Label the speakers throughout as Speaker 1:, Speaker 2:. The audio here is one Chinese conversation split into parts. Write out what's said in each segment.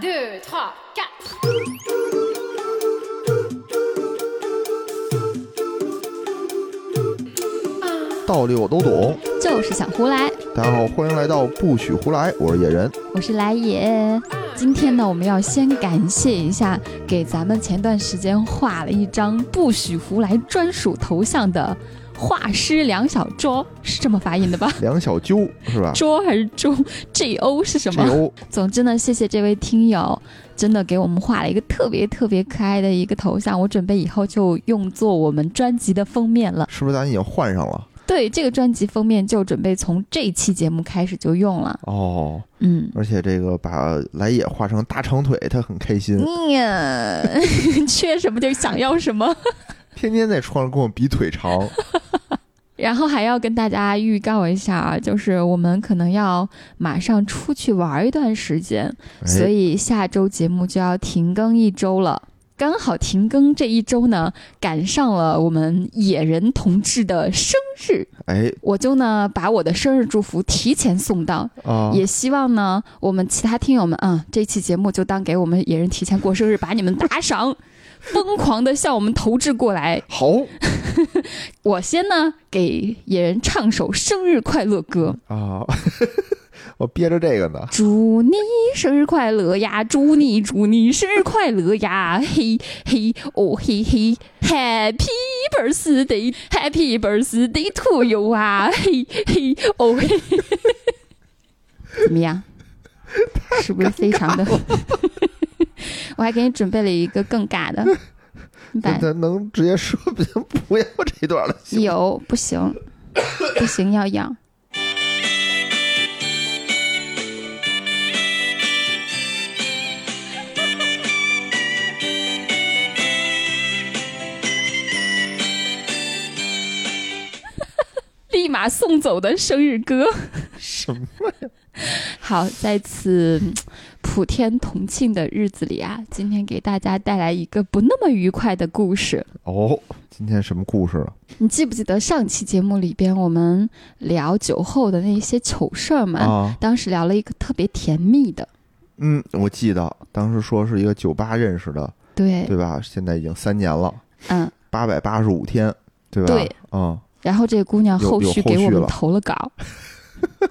Speaker 1: 2, 3, 4. Ah,
Speaker 2: 道理我都懂。
Speaker 3: 就是想胡来，
Speaker 2: 大家好，欢迎来到不许胡来，我是野人。
Speaker 3: 我是来也。呃
Speaker 1: ah,
Speaker 3: 今天呢，我们要先感谢一下给咱们前段时间画了一张不许胡来专属头像的画师梁小卓，是这么发音的吧？
Speaker 2: 梁小鸠是吧？
Speaker 3: 卓还是周？G O 是什
Speaker 2: 这
Speaker 3: 么？
Speaker 2: 油
Speaker 3: 总之呢，谢谢这位听友，真的给我们画了一个特别特别可爱的一个头像，我准备以后就用作我们专辑的封面了。
Speaker 2: 是不是咱已经换上了？
Speaker 3: 对，这个专辑封面就准备从这期节目开始就用了。
Speaker 2: 哦，
Speaker 3: 嗯，
Speaker 2: 而且这个把来也画成大长腿，他很开心，
Speaker 3: 嗯 缺什么就想要什么。
Speaker 2: 天天在床上跟我比腿长。
Speaker 3: 然后还要跟大家预告一下啊，就是我们可能要马上出去玩一段时间，所
Speaker 2: 哎，
Speaker 3: 以下周节目就要停更一周了。刚好停更这一周呢，赶上了我们野人同志的生日，
Speaker 2: 哎
Speaker 3: 我就呢把我的生日祝福提前送到，
Speaker 2: 啊，
Speaker 3: 也希望呢我们其他听友们啊、这期节目就当给我们野人提前过生日，把你们打赏，疯狂的向我们投掷过来。
Speaker 2: 好
Speaker 3: 我先呢给野人唱首生日快乐歌。
Speaker 2: 啊， 我憋着这个呢。
Speaker 3: 祝你生日快乐呀！祝你祝你生日快乐呀！ 嘿嘿哦嘿嘿，Happy birthday，Happy birthday to you 啊！ 嘿嘿哦嘿，怎么样？是不是非常的？ 我还给你准备了一个更尬 的，你把
Speaker 2: 咱咱能直接说不要这段了？行吗
Speaker 3: 有不行， 不行要要。 立马送走的生日歌。
Speaker 2: 什么？
Speaker 3: 好，在此嗯普天同庆的日子里啊，今天给大家带来一个不那么愉快的故事。
Speaker 2: 哦，今天什么故事了？
Speaker 3: 你记不记得上期节目里边我们聊酒后的那些糗事儿嘛？
Speaker 2: 啊，
Speaker 3: 当时聊了一个特别甜蜜的，
Speaker 2: 嗯，我记得当时说是一个酒吧认识的，
Speaker 3: 对，
Speaker 2: 对吧？现在已经三年了，
Speaker 3: 嗯。
Speaker 2: 八百八十五天，对吧？
Speaker 3: 对，
Speaker 2: 嗯，
Speaker 3: 然后这个姑娘
Speaker 2: 有
Speaker 3: 后
Speaker 2: 有
Speaker 3: 续
Speaker 2: 后
Speaker 3: 给我
Speaker 2: 续
Speaker 3: 们
Speaker 2: 了
Speaker 3: 投了 稿，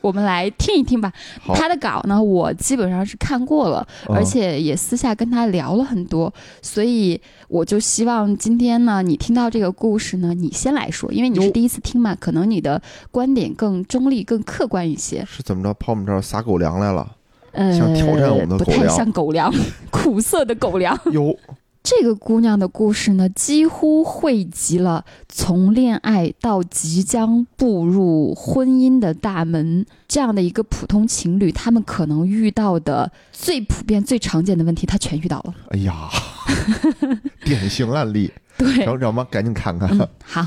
Speaker 3: 我们来听一听吧。
Speaker 2: 好，
Speaker 3: 她的稿呢，我基本上是看过了，
Speaker 2: 嗯
Speaker 3: 而且也私下跟她聊了很多，所以我就希望今天呢，你听到这个故事呢，你先来说，因为你是
Speaker 2: 哟
Speaker 3: 第一次听嘛，可能你的观点更中立、更客观一些。
Speaker 2: 是怎么着跑我们这儿撒狗粮来 了？
Speaker 3: 呃，
Speaker 2: 想挑战我们的
Speaker 3: 不
Speaker 2: 狗
Speaker 3: 太
Speaker 2: 粮
Speaker 3: 像狗粮， 苦涩的狗粮。
Speaker 2: 哟，
Speaker 3: 这个姑娘的故事呢，几乎汇集了从恋爱到即将步入婚姻的大门这样的一个普通情侣，他们可能遇到的最普遍、最常见的问题，她全遇到了。
Speaker 2: 哎呀， 典型案例，
Speaker 3: 对，
Speaker 2: 让让妈赶紧看看。
Speaker 3: 嗯，好。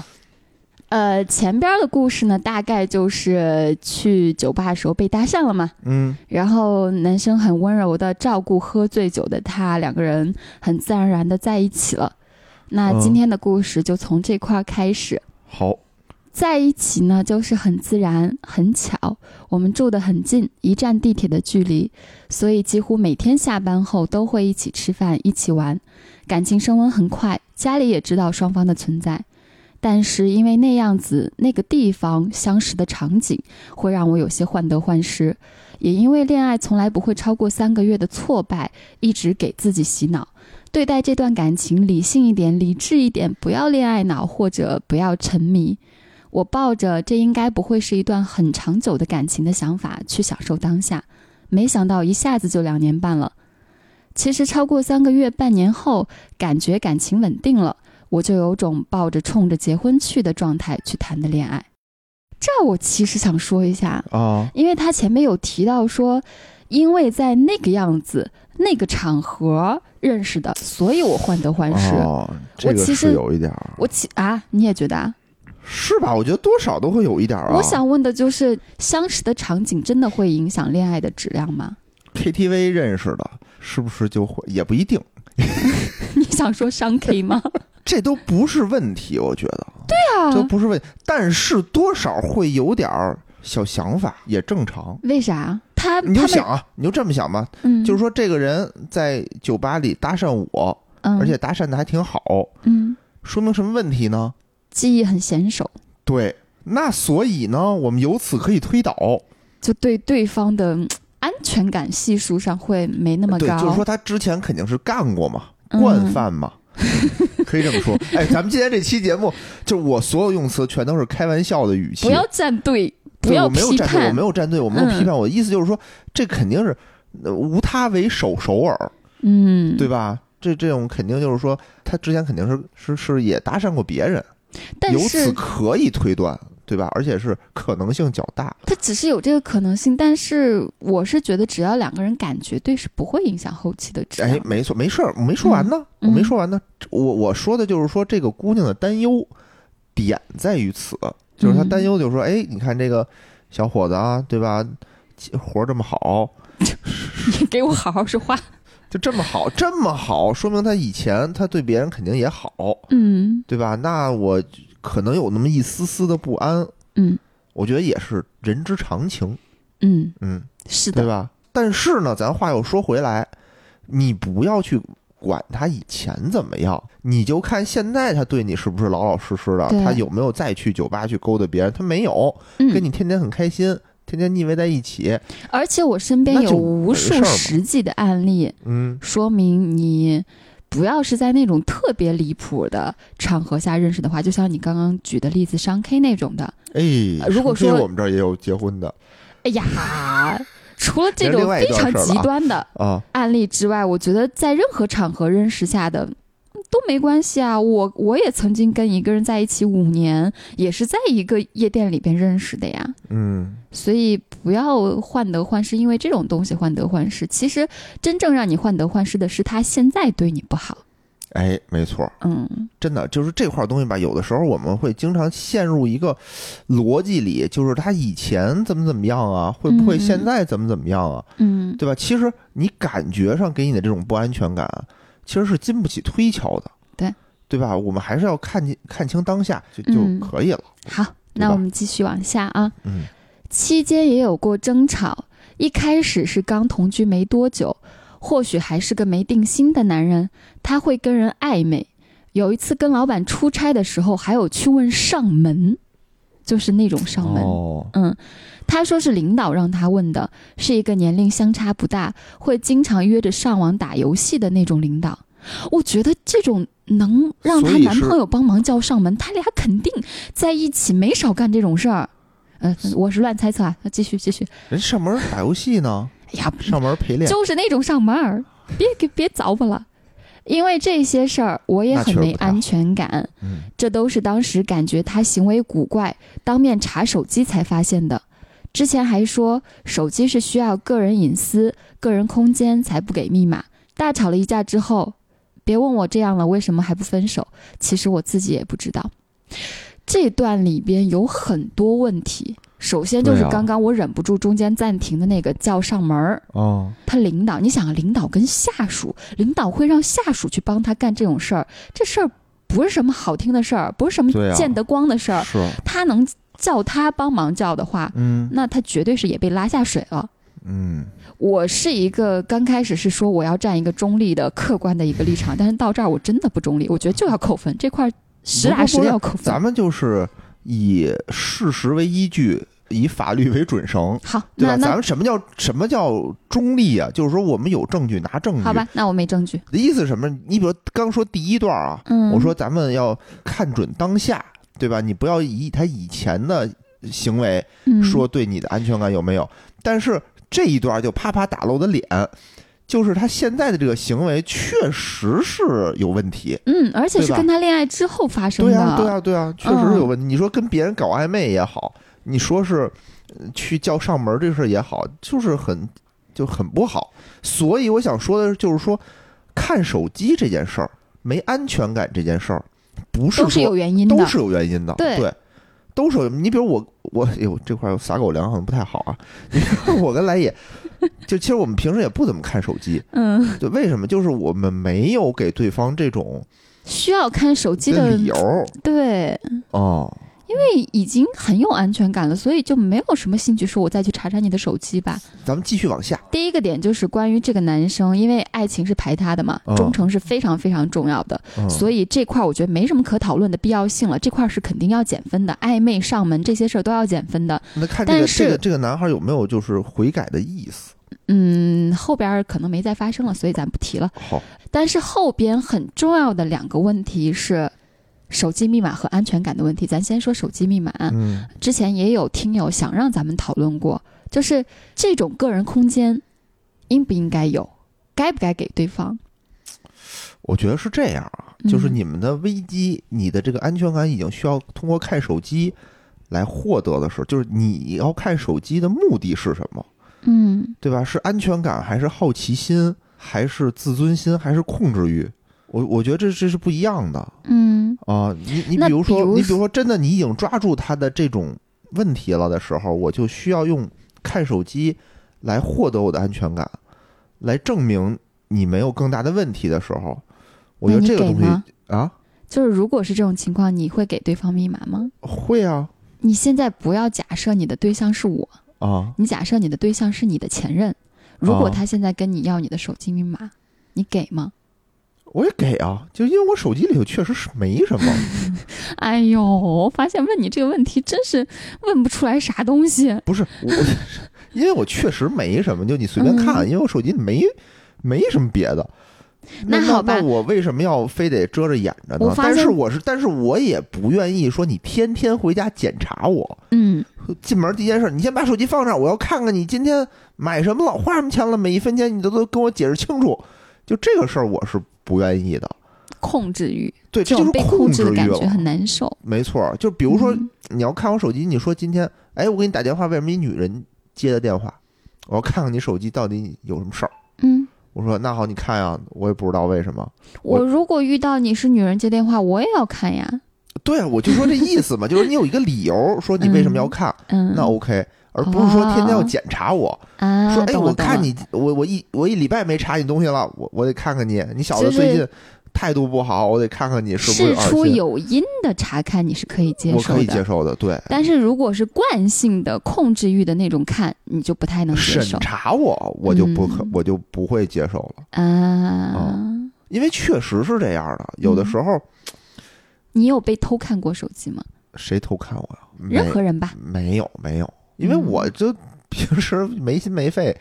Speaker 3: 呃，前边的故事呢，大概就是去酒吧的时候被搭讪了嘛，
Speaker 2: 嗯，
Speaker 3: 然后男生很温柔的照顾喝醉酒的她，两个人很自然而然的在一起了。那
Speaker 2: 嗯
Speaker 3: 今天的故事就从这块儿开始。
Speaker 2: 好，
Speaker 3: 在一起呢，就是很自然、很巧。我们住得很近，一站地铁的距离，所以几乎每天下班后都会一起吃饭、一起玩，感情升温很快。家里也知道双方的存在，但是因为那样子、那个地方相识的场景，会让我有些患得患失。也因为恋爱从来不会超过三个月的挫败，一直给自己洗脑。对待这段感情，理性一点，理智一点，不要恋爱脑或者不要沉迷。我抱着这应该不会是一段很长久的感情的想法去享受当下，没想到一下子就两年半了。其实超过三个月、半年后，感觉感情稳定了，我就有种抱着冲着结婚去的状态去谈的恋爱。这我其实想说一下，
Speaker 2: 啊，
Speaker 3: 因为他前面有提到说，因为在那个样子、那个场合认识的，所以我患得患失。
Speaker 2: 哦，这个
Speaker 3: 其
Speaker 2: 是
Speaker 3: 实
Speaker 2: 有一点儿，
Speaker 3: 我其啊，你也觉得啊？
Speaker 2: 是吧？我觉得多少都会有一点儿啊。
Speaker 3: 我想问的就是，相识的场景真的会影响恋爱的质量吗？
Speaker 2: KTV 认识的，是不是就会也不一定，
Speaker 3: 你想说伤 K 吗？
Speaker 2: 这都不是问题，我觉得这都
Speaker 3: 啊，
Speaker 2: 不是问，但是多少会有点儿小想法，也正常。
Speaker 3: 为啥？他
Speaker 2: 你就
Speaker 3: 他们
Speaker 2: 想啊，你就这么想吧，
Speaker 3: 嗯，
Speaker 2: 就是说这个人在酒吧里搭讪我，
Speaker 3: 嗯，
Speaker 2: 而且搭讪的还挺好，
Speaker 3: 嗯，
Speaker 2: 说明什么问题呢？
Speaker 3: 技艺很娴熟，
Speaker 2: 对，那所以呢，我们由此可以推导，
Speaker 3: 就对对方的嗯安全感系数上会没那么
Speaker 2: 对，
Speaker 3: 高，
Speaker 2: 就是说他之前肯定是干过嘛，
Speaker 3: 嗯
Speaker 2: 惯犯嘛。可以这么说，哎，咱们今天这期节目，就是我所有用词全都是开玩笑的语气，
Speaker 3: 不要站队，不
Speaker 2: 对，
Speaker 3: 要
Speaker 2: 我没有
Speaker 3: 批
Speaker 2: 站队，我
Speaker 3: 判
Speaker 2: 没，有站队，我没有批
Speaker 3: 嗯
Speaker 2: 判。我的意思就是说，这肯定是呃无他为首首尔，
Speaker 3: 嗯，
Speaker 2: 对吧？这这种肯定就是说，他之前肯定是是是也搭讪过别人，
Speaker 3: 但
Speaker 2: 由此
Speaker 3: 是
Speaker 2: 可以推断，对吧？而且是可能性较大。
Speaker 3: 他只是有这个可能性，但是我是觉得只要两个人感觉对，是不会影响后期的质量。
Speaker 2: 哎，没错，没事儿，我没说完呢，
Speaker 3: 啊嗯
Speaker 2: 我没说完呢。我我说的就是说，这个姑娘的担忧点在于此，就是她
Speaker 3: 嗯
Speaker 2: 担忧，就是说，哎，你看这个小伙子啊，对吧？活儿这么好，
Speaker 3: 你给我好好说话。
Speaker 2: 就这么 好，这么好，说明他以前他对别人肯定也好，
Speaker 3: 嗯
Speaker 2: 对吧？那我可能有那么一丝丝的不安，
Speaker 3: 嗯
Speaker 2: 我觉得也是人之常情，
Speaker 3: 嗯，
Speaker 2: 嗯，
Speaker 3: 是
Speaker 2: 对
Speaker 3: 的，
Speaker 2: 吧？但是呢，咱话又说回来，你不要去管他以前怎么样，你就看现在他对你是不是老老实实的，
Speaker 3: 对
Speaker 2: 他有没有再去酒吧去勾搭别人？他没有，跟
Speaker 3: 嗯，
Speaker 2: 你天天很开心，天天腻歪在一起，
Speaker 3: 而且我身边
Speaker 2: 那
Speaker 3: 有
Speaker 2: 就
Speaker 3: 无
Speaker 2: 没
Speaker 3: 数
Speaker 2: 事儿嘛
Speaker 3: 实际的案例，
Speaker 2: 嗯，
Speaker 3: 说明你不要是在那种特别离谱的场合下认识的话，就像你刚刚举的例子，商 K 那种的，
Speaker 2: 哎，
Speaker 3: 呃如果
Speaker 2: 说
Speaker 3: 说
Speaker 2: 我们这儿也有结婚的
Speaker 3: 哎呀， 除了这
Speaker 2: 这是
Speaker 3: 种
Speaker 2: 另外一
Speaker 3: 非
Speaker 2: 段
Speaker 3: 常
Speaker 2: 事儿了
Speaker 3: 极
Speaker 2: 啊
Speaker 3: 端的
Speaker 2: 啊，
Speaker 3: 案例之外，我觉得在任何场合认识下的。都没关系啊，我我也曾经跟一个人在一起五年，也是在一个夜店里边认识的呀。
Speaker 2: 嗯。
Speaker 3: 所以不要患得患失，因为这种东西患得患失，其实真正让你患得患失的是他现在对你不好。
Speaker 2: 哎，没错，
Speaker 3: 嗯
Speaker 2: 真的就是这块东西吧。有的时候我们会经常陷入一个逻辑里，就是他以前怎么怎么样啊，会不会
Speaker 3: 嗯
Speaker 2: 现在怎么怎么样啊，
Speaker 3: 嗯，
Speaker 2: 对吧？其实你感觉上给你的这种不安全感，啊其实是经不起推敲的，
Speaker 3: 对
Speaker 2: 对吧？我们还是要看清看清当下就就
Speaker 3: 嗯
Speaker 2: 可以了。
Speaker 3: 好，
Speaker 2: 对吧
Speaker 3: 那我们继续往下啊。
Speaker 2: 嗯
Speaker 3: 期间也有过争吵，一开始是刚同居没多久，或许还是个没定心的男人，他会跟人暧昧。有一次跟老板出差的时候，还有去问上门，就是那种上门。
Speaker 2: 哦，
Speaker 3: 嗯，他说是领导让他问的，是一个年龄相差不大，会经常约着上网打游戏的那种领导。我觉得这种能让她
Speaker 2: 所以
Speaker 3: 男
Speaker 2: 是
Speaker 3: 朋友帮忙叫上门，他俩肯定在一起没少干这种事儿。呃，我是乱猜测啊，那继续继续。
Speaker 2: 人上门打游戏呢，
Speaker 3: 哎呀，
Speaker 2: 上门陪练，
Speaker 3: 就是那种上门儿，别给别凿吧了。因为这些事儿，我也
Speaker 2: 那确
Speaker 3: 很
Speaker 2: 实
Speaker 3: 没
Speaker 2: 不太好
Speaker 3: 安全感。
Speaker 2: 嗯，
Speaker 3: 这都是当时感觉他行为古怪，当面查手机才发现的。之前还说手机是需要个人隐私、个人空间才不给密码。大吵了一架之后，别问我这样了，为什么还不分手？其实我自己也不知道。这段里边有很多问题，首先就是
Speaker 2: 对啊
Speaker 3: 刚刚我忍不住中间暂停的那个叫上门儿，
Speaker 2: 哦，
Speaker 3: 他领导，你想啊，领导跟下属，领导会让下属去帮他干这种事儿，这事儿不是什么好听的事儿，不是什么
Speaker 2: 对啊
Speaker 3: 见得光的事儿。
Speaker 2: 是，
Speaker 3: 他能叫他帮忙叫的话，
Speaker 2: 嗯
Speaker 3: 那他绝对是也被拉下水了。
Speaker 2: 嗯，
Speaker 3: 我是一个刚开始是说我要站一个中立的、客观的一个立场，但是到这儿我真的不中立，我觉得就要扣分，这块儿实打实
Speaker 2: 不
Speaker 3: 的
Speaker 2: 是
Speaker 3: 要扣分
Speaker 2: 咱。们就是以事实为依据，以法律为准绳，
Speaker 3: 好，
Speaker 2: 对
Speaker 3: 那
Speaker 2: 吧？咱
Speaker 3: 那
Speaker 2: 们什么叫什么叫中立啊？就是说我们有嗯证据拿证据。
Speaker 3: 好吧，那我没证据。
Speaker 2: 你的意思是什么？你比如刚说第一段啊，
Speaker 3: 嗯，
Speaker 2: 我说咱们要看准当下，对吧？你不要以他以前的行为
Speaker 3: 嗯
Speaker 2: 说对你的安全感有没有。但是这一段就啪啪打了我的脸，就是他现在的这个行为确实是有问题。
Speaker 3: 嗯，而且是
Speaker 2: 对吧
Speaker 3: 跟他恋爱之后发生
Speaker 2: 对
Speaker 3: 的。嗯
Speaker 2: 啊，对啊，对啊，确实是有问题。你说跟别人搞暧昧也好，你说是呃去叫上门这事儿也好，就是很就很不好。所以我想说的就是说，看手机这件事儿，没安全感这件事儿，不是
Speaker 3: 都是
Speaker 2: 说
Speaker 3: 有原因的。
Speaker 2: 都是有原因的，
Speaker 3: 对
Speaker 2: 都是有。你比如我，我哎呦这块撒狗粮好像不太好啊。 你看我跟来也，就其实我们平时也不怎么看手机，
Speaker 3: 嗯。
Speaker 2: 对，为什么？就是我们没有给对方这种
Speaker 3: 需要看手机的
Speaker 2: 理由
Speaker 3: 对，
Speaker 2: 哦。
Speaker 3: 因为已经很有安全感了，所以就没有什么兴趣说我再去查查你的手机吧。
Speaker 2: 咱们继续往下，
Speaker 3: 第一个点就是关于这个男生，因为爱情是排他的嘛
Speaker 2: 嗯，
Speaker 3: 忠诚是非常非常重要的，
Speaker 2: 嗯、
Speaker 3: 所以这块儿我觉得没什么可讨论的必要性了，这块儿是肯定要减分的，暧昧、上门这些事儿都要减分的。
Speaker 2: 那看这个
Speaker 3: 但是
Speaker 2: 这个这个男孩有没有就是悔改的意思？
Speaker 3: 嗯，后边儿可能没再发生了，所以咱不提了。
Speaker 2: 好，
Speaker 3: 但是后边很重要的两个问题是。手机密码和安全感的问题，咱先说手机密码。
Speaker 2: 嗯
Speaker 3: 之前也有听友想让咱们讨论过，就是这种个人空间应不应该有，该不该给对方？
Speaker 2: 我觉得是这样啊，
Speaker 3: 嗯
Speaker 2: 就是你们的危机，你的这个安全感已经需要通过看手机来获得的时候，就是你要看手机的目的是什么，
Speaker 3: 嗯
Speaker 2: 对吧？是安全感，还是好奇心，还是自尊心，还是控制欲？我我觉得这这是不一样的
Speaker 3: 嗯，
Speaker 2: 啊、你你
Speaker 3: 那
Speaker 2: 比如说，
Speaker 3: 比如
Speaker 2: 你比如说，真的你已经抓住他的这种问题了的时候，我就需要用看手机来获得我的安全感，来证明你没有更大的问题的时候，我觉得
Speaker 3: 那你
Speaker 2: 这个
Speaker 3: 给
Speaker 2: 东西
Speaker 3: 吗
Speaker 2: 啊。
Speaker 3: 就是如果是这种情况，你会给对方密码吗？
Speaker 2: 会啊
Speaker 3: 你现在不要假设你的对象是我，
Speaker 2: 啊，
Speaker 3: 你假设你的对象是你的前任，如果
Speaker 2: 哦
Speaker 3: 他现在跟你要你的手机密码，你给吗？
Speaker 2: 我也给啊，就因为我手机里头确实是没什么，
Speaker 3: 哎呦，我发现问你这个问题真是问不出来啥东西。
Speaker 2: 不是我， 因为我确实没什么，就你随
Speaker 3: 嗯
Speaker 2: 便看，因为我手机没没什么别的。
Speaker 3: 那好吧
Speaker 2: 那我为什么要非得遮着掩着呢
Speaker 3: 我？发
Speaker 2: 但
Speaker 3: 现
Speaker 2: 是我是，但是我也不愿意说你天天回家检查我。
Speaker 3: 嗯，
Speaker 2: 进门第一件事，你先把手机放上，我要看看你今天买什么了，花什么钱了，每一分钱你都都跟我解释清楚。就这个事儿，我是不愿意的。
Speaker 3: 控制欲，
Speaker 2: 对，
Speaker 3: 这
Speaker 2: 就
Speaker 3: 种
Speaker 2: 是
Speaker 3: 被
Speaker 2: 控
Speaker 3: 控制
Speaker 2: 制
Speaker 3: 的
Speaker 2: 欲
Speaker 3: 感觉
Speaker 2: 了。
Speaker 3: 很难受。
Speaker 2: 没错儿，就比如说
Speaker 3: 嗯
Speaker 2: 你要看我手机，你说今天，哎，我给你打电话，为什么一女人接的电话？我要看看你手机到底有什么事儿。
Speaker 3: 嗯，
Speaker 2: 我说那好，你看呀，我也不知道为什么。我
Speaker 3: 我如果遇到你是女人接电话，我也要看呀。
Speaker 2: 对，啊我就说这意思嘛，就是你有一个理由说你为什么要看，
Speaker 3: 嗯，哦
Speaker 2: 那 OK，而不是说天天要检查我，
Speaker 3: 啊，
Speaker 2: 说哎，
Speaker 3: 懂了
Speaker 2: 我看，
Speaker 3: 懂
Speaker 2: 你，我我一我一礼拜没查你东西了，我我得看看你，你小子
Speaker 3: 就是
Speaker 2: 最近态度不好，我得看看你
Speaker 3: 了
Speaker 2: 是不是
Speaker 3: 事出
Speaker 2: 恶心
Speaker 3: 有因的查看你是可以接
Speaker 2: 我
Speaker 3: 受
Speaker 2: 可以
Speaker 3: 的
Speaker 2: 接，受的，对，
Speaker 3: 但是如果是惯性的控制欲的那种看，你就不太能接
Speaker 2: 审
Speaker 3: 受
Speaker 2: 查我我就不可
Speaker 3: 嗯
Speaker 2: 我就不会接受了。
Speaker 3: 啊。
Speaker 2: 因为确实是这样的，
Speaker 3: 嗯
Speaker 2: 有的时候、
Speaker 3: 你有被偷看过手机吗？
Speaker 2: 谁偷看我呀？没
Speaker 3: 任何嗯人吧，
Speaker 2: 没有没有，因为我就平时没心没肺，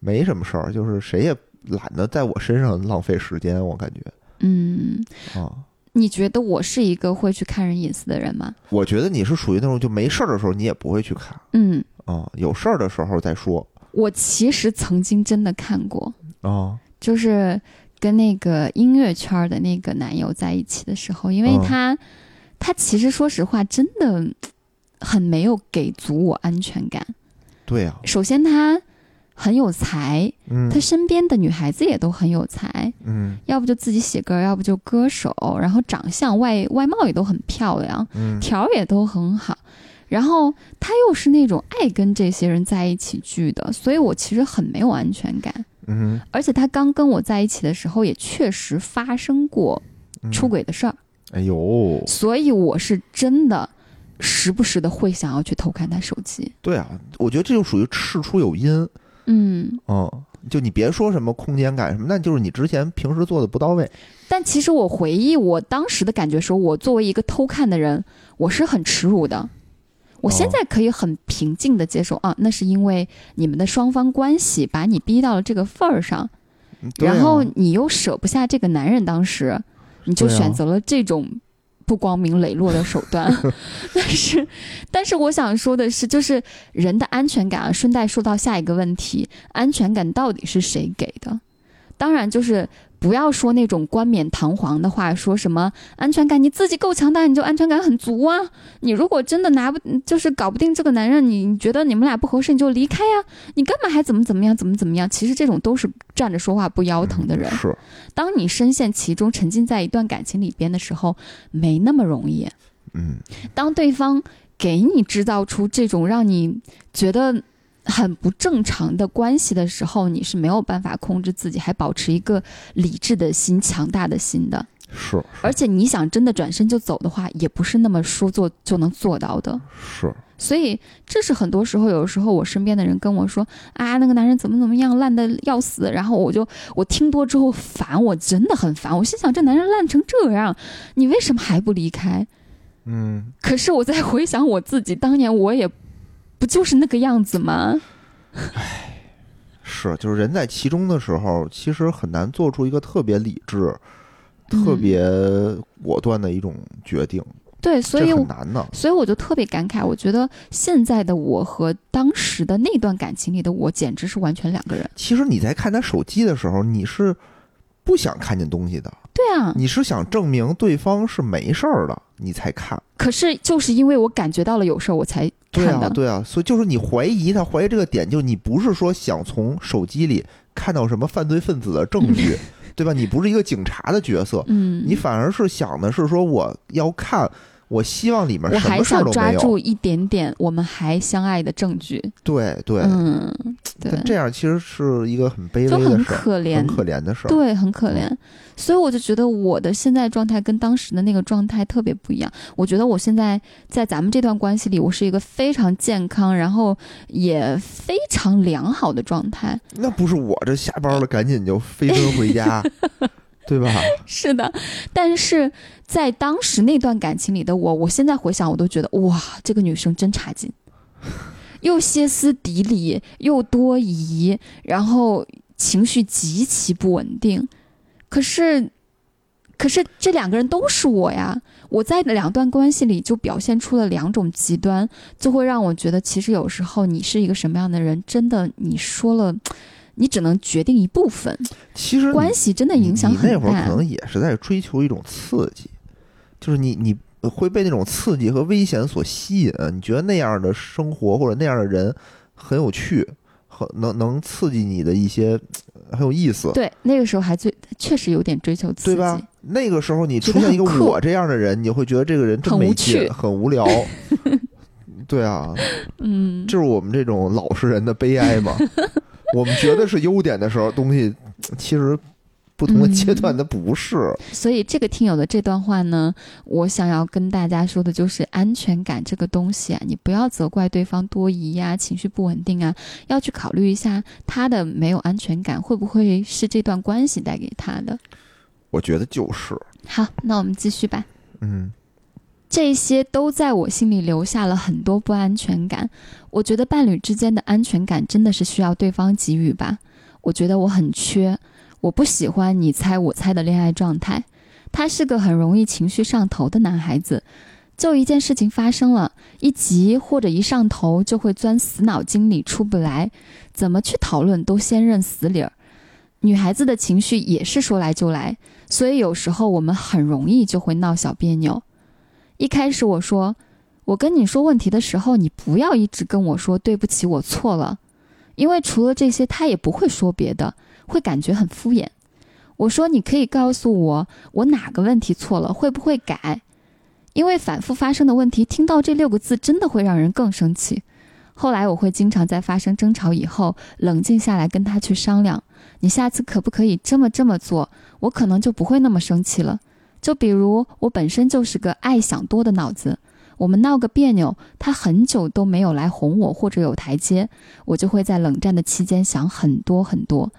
Speaker 2: 没什么事儿，就是谁也懒得在我身上浪费时间，我感觉
Speaker 3: 嗯，
Speaker 2: 啊。
Speaker 3: 你觉得我是一个会去看人隐私的人吗？
Speaker 2: 我觉得你是属于那种就没事儿的时候你也不会去看
Speaker 3: 嗯，
Speaker 2: 啊，有事儿的时候再说
Speaker 3: 我其实曾经真的看过，
Speaker 2: 啊。
Speaker 3: 就是跟那个音乐圈儿的那个男友在一起的时候，因为
Speaker 2: 嗯
Speaker 3: 他、他其实说实话真的很没有给足我安全感。
Speaker 2: 对呀、
Speaker 3: 首先他很有才，
Speaker 2: 嗯
Speaker 3: 他身边的女孩子也都很有才，
Speaker 2: 嗯
Speaker 3: 要不就自己写歌，要不就歌手，然后长相外外貌也都很漂亮，
Speaker 2: 嗯
Speaker 3: 条儿也都很好。然后他又是那种爱跟这些人在一起聚的，所以我其实很没有安全感。
Speaker 2: 嗯
Speaker 3: 而且他刚跟我在一起的时候，也确实发生过
Speaker 2: 嗯，
Speaker 3: 出轨的事儿，
Speaker 2: 哎呦，
Speaker 3: 所以我是真的时不时的会想要去偷看他手机。
Speaker 2: 对啊，我觉得这就属于事出有因，
Speaker 3: 嗯，
Speaker 2: 嗯，就你别说什么空间感什么，那就是你之前平时做的不到位。
Speaker 3: 但其实我回忆我当时的感觉说，我作为一个偷看的人，我是很耻辱的。我现在可以很平静的接受、啊，那是因为你们的双方关系把你逼到了这个份儿上，
Speaker 2: 嗯对啊
Speaker 3: 然后你又舍不下这个男人，当时你就
Speaker 2: 对啊
Speaker 3: 选择了这种不光明磊落的手段。 但是，但是我想说的是，就是人的安全感啊，顺带说到下一个问题，安全感到底是谁给的？当然就是。不要说那种冠冕堂皇的话，说什么安全感，你自己够强大，你就安全感很足啊。你如果真的拿不，就是搞不定这个男人，你你觉得你们俩不合适，你就离开呀、你干嘛还怎么怎么样，怎么怎么样？其实这种都是站着说话不腰疼的人。
Speaker 2: 是
Speaker 3: 当你深陷其中，沉浸在一段感情里边的时候，没那么容易。
Speaker 2: 嗯，
Speaker 3: 当对方给你制造出这种让你觉得很不正常的关系的时候，你是没有办法控制自己，还保持一个理智的心、强大的心的。
Speaker 2: 是
Speaker 3: 而且你想真的转身就走的话，也不是那么说做就能做到的。
Speaker 2: 是，
Speaker 3: 所以这是很多时候，有时候我身边的人跟我说啊，那个男人怎么怎么样，烂的要死。然后我就我听多之后烦，我真的很烦。我心想，这男人烂成这样，你为什么还不离开？
Speaker 2: 嗯，
Speaker 3: 可是我再回想我自己，当年我也不就是那个样子吗？
Speaker 2: 是，就是人在其中的时候，其实很难做出一个特别理智、
Speaker 3: 嗯
Speaker 2: 特别果断的一种决定，
Speaker 3: 对，所以
Speaker 2: 这很难的。
Speaker 3: 所以我就特别感慨，我觉得现在的我和当时的那段感情里的我，简直是完全两个人。
Speaker 2: 其实你在看他手机的时候，你是不想看见东西的，
Speaker 3: 对啊，
Speaker 2: 你是想证明对方是没事儿的，你才看。
Speaker 3: 可是就是因为我感觉到了有事儿，我才看
Speaker 2: 对啊
Speaker 3: 的。，
Speaker 2: 对啊，所以就是你怀疑他，怀疑这个点，就是你不是说想从手机里看到什么犯罪分子的证 据，对吧？你不是一个警察的角色，
Speaker 3: 嗯，
Speaker 2: 啊你反而是想的是说我要看，我希望里面
Speaker 3: 我
Speaker 2: 什
Speaker 3: 还
Speaker 2: 么事儿
Speaker 3: 想
Speaker 2: 都
Speaker 3: 抓
Speaker 2: 没有。
Speaker 3: 住一点点我们还相爱的证据。
Speaker 2: 对对，
Speaker 3: 嗯，对
Speaker 2: 但，这样其实是一个很卑
Speaker 3: 就
Speaker 2: 微的
Speaker 3: 很
Speaker 2: 事儿，
Speaker 3: 可怜
Speaker 2: 很，可怜的事儿。
Speaker 3: 对，很可怜。所以我就觉得我的现在状态跟当时的那个状态特别不一样。我觉得我现在在咱们这段关系里，我是一个非常健康，然后也非常良好的状态。
Speaker 2: 那不是我这下班了，赶紧就飞奔回 家，对吧？
Speaker 3: 是的，但是在当时那段感情里的我，我现在回想，我都觉得哇，这个女生真差劲，又歇斯底里，又多疑，然后情绪极其不稳定。可是，可是这两个人都是我呀，我在两段关系里就表现出了两种极端，就会让我觉得，其实有时候你是一个什么样的人，真的你说了。你只能决定一部分，
Speaker 2: 其实你
Speaker 3: 关系真的影响
Speaker 2: 你
Speaker 3: 很大。
Speaker 2: 那会儿可能也是在追求一种刺激，就是你你会被那种刺激和危险所吸引，你觉得那样的生活或者那样的人很有趣，很能能刺激你的一些呃很有意思，
Speaker 3: 对，那个时候还最确实有点追求刺
Speaker 2: 对
Speaker 3: 激，
Speaker 2: 吧？那个时候你
Speaker 3: 觉
Speaker 2: 出
Speaker 3: 得
Speaker 2: 现一个
Speaker 3: 很酷
Speaker 2: 我这样的人，你会觉得这个人真
Speaker 3: 很无
Speaker 2: 没劲，
Speaker 3: 趣
Speaker 2: 很无 聊。对啊，
Speaker 3: 嗯，
Speaker 2: 就是我们这种老实人的悲哀 嘛。我们觉得是优点的时候，东西其实不同的阶段它不是。
Speaker 3: 所以这个听友的这段话呢，我想要跟大家说的就是安全感这个东西啊，你不要责怪对方多疑呀、情绪不稳定啊，要去考虑一下他的没有安全感会不会是这段关系带给他的。
Speaker 2: 我觉得就是，
Speaker 3: 好，那我们继续吧。
Speaker 2: 嗯。
Speaker 3: 这些都在我心里留下了很多不安全感。我觉得伴侣之间的安全感真的是需要对方给予吧。我觉得我很缺，我不喜欢你猜我猜的恋爱状态。他是个很容易情绪上头的男孩子，就一件事情发生了，一急或者一上头就会钻死脑筋里出不来，怎么去讨论都先认死理儿。女孩子的情绪也是说来就来，所以有时候我们很容易就会闹小别扭。一开始我说，我跟你说问题的时候，你不要一直跟我说对不起，我错了，因为除了这些，他也不会说别的，会感觉很敷衍。我说你可以告诉我，我哪个问题错了，会不会改？因为反复发生的问题，听到这六个字真的会让人更生气。后来我会经常在发生争吵以后，冷静下来跟他去商量，你下次可不可以这么这么做？我可能就不会那么生气了。就比如我本身就是个爱想多的脑子，我们闹个别扭，他很久都没有来哄我或者有台阶，我就会在冷战的期间想很多很多，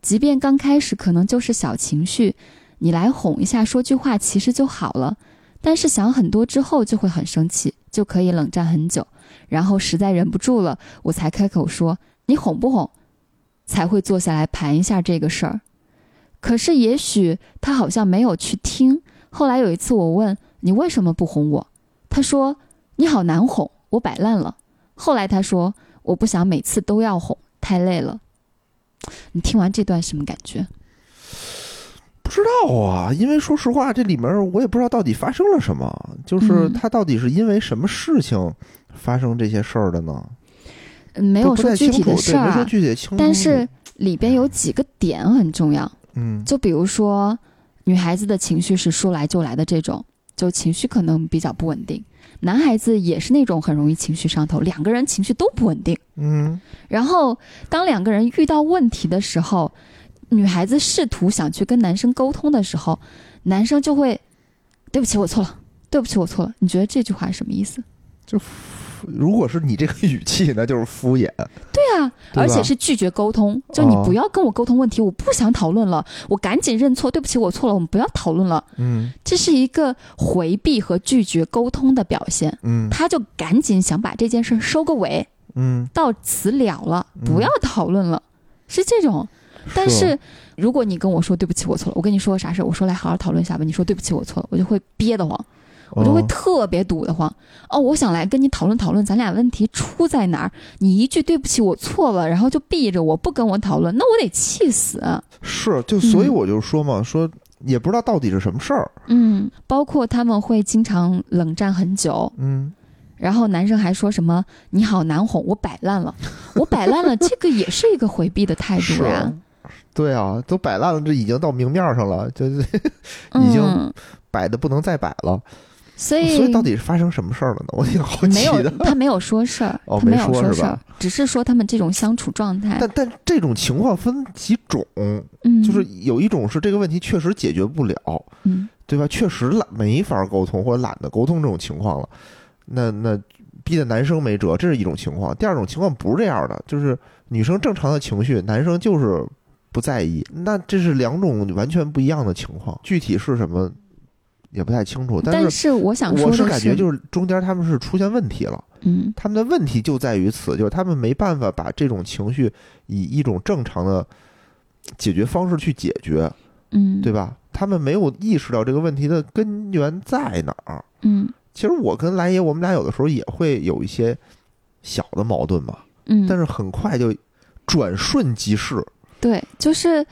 Speaker 3: 即便刚开始可能就是小情绪，你来哄一下，说句话其实就好了。但是想很多之后就会很生气，就可以冷战很久，然后实在忍不住了，我才开口说你哄不哄，才会坐下来盘一下这个事儿。可是也许他好像没有去听，后来有一次我问你为什么不哄我，他说你好难哄，我摆烂了。后来他说我不想每次都要哄，太累了。你听完这段什么感觉？
Speaker 2: 道啊，因为说实话，这里面我也不知道到底发生了什么，就是
Speaker 3: 嗯
Speaker 2: 他到底是因为什么事情发生这些事儿的呢？
Speaker 3: 嗯没
Speaker 2: 没
Speaker 3: 有说具体的事儿、
Speaker 2: 没说
Speaker 3: 啊，
Speaker 2: 具体的清楚。
Speaker 3: 但是，里边有几个点很重要，
Speaker 2: 嗯，
Speaker 3: 就比如说女孩子的情绪是说来就来的这种，就情绪可能比较不稳定；男孩子也是那种很容易情绪上头，两个人情绪都不稳定。
Speaker 2: 嗯，
Speaker 3: 然后，当两个人遇到问题的时候，女孩子试图想去跟男生沟通的时候，男生就会对不起，我错了，对不起，我错了。你觉得这句话什么意思？
Speaker 2: 如果是你这个语气， 那就是敷衍。
Speaker 3: 对啊，
Speaker 2: 对吧
Speaker 3: 而且是拒绝沟通，就你
Speaker 2: 哦
Speaker 3: 不要跟我沟通问题，我不想讨论了，我赶紧认错，对不起，我错了，我们不要讨论了。
Speaker 2: 嗯
Speaker 3: 这是一个回避和拒绝沟通的表现，
Speaker 2: 嗯
Speaker 3: 他就赶紧想把这件事收个尾，
Speaker 2: 嗯，
Speaker 3: 到此了了，
Speaker 2: 嗯
Speaker 3: 不要讨论了，是这种。但
Speaker 2: 是
Speaker 3: 是如果你跟我说对不起，我错了，我跟你说个啥事儿，我说来好好讨论一下吧，你说对不起，我错了，我就会憋得慌，我就会
Speaker 2: 哦
Speaker 3: 特别堵得慌。哦，我想来跟你讨论讨论，咱俩问题出在哪儿？你一句对不起，我错了，然后就避着我不跟我讨论，那我得气死。啊
Speaker 2: 是，就所以
Speaker 3: 嗯
Speaker 2: 我就说嘛，说也不知道到底是什么事儿。
Speaker 3: 嗯，包括他们会经常冷战很久，
Speaker 2: 嗯，
Speaker 3: 然后男生还说什么“你好难哄”，我摆烂了，我摆烂了，这个也是一个回避的态度
Speaker 2: 是
Speaker 3: 呀。
Speaker 2: 对啊，都摆烂了，这已经到明面上了，就就
Speaker 3: 嗯，
Speaker 2: 已经摆的不能再摆了。
Speaker 3: 所以
Speaker 2: 所以到底是发生什么事儿了呢？ 我挺好
Speaker 3: 没
Speaker 2: 奇
Speaker 3: 有
Speaker 2: 的。
Speaker 3: 他没有说事儿，
Speaker 2: 哦
Speaker 3: 他没
Speaker 2: 没
Speaker 3: 有
Speaker 2: 说是
Speaker 3: 事儿
Speaker 2: 吧，
Speaker 3: 只是说他们这种相处状态，
Speaker 2: 但但这种情况分几种，
Speaker 3: 嗯，
Speaker 2: 就是有一种是这个问题确实解决不了，
Speaker 3: 嗯
Speaker 2: 对吧？确实懒没法沟通或者懒得沟通这种情况了，那那逼得男生没辙，这是一种情况。第二种情况不是这样的，就是女生正常的情绪，男生就是不在意，那这是两种完全不一样的情况，具体是什么也不太清楚。
Speaker 3: 但
Speaker 2: 是
Speaker 3: 是我想说
Speaker 2: 我
Speaker 3: 的
Speaker 2: 是感觉就是中间他们是出现问题了。
Speaker 3: 嗯
Speaker 2: 他们的问题就在于此，就是他们没办法把这种情绪以一种正常的解决方式去解决，
Speaker 3: 嗯，
Speaker 2: 对吧？他们没有意识到这个问题的根源在哪儿。
Speaker 3: 嗯
Speaker 2: 其实我跟来爷，我们俩有的时候也会有一些小的矛盾嘛，
Speaker 3: 嗯，
Speaker 2: 但是很快就转瞬即逝。
Speaker 3: 对，就是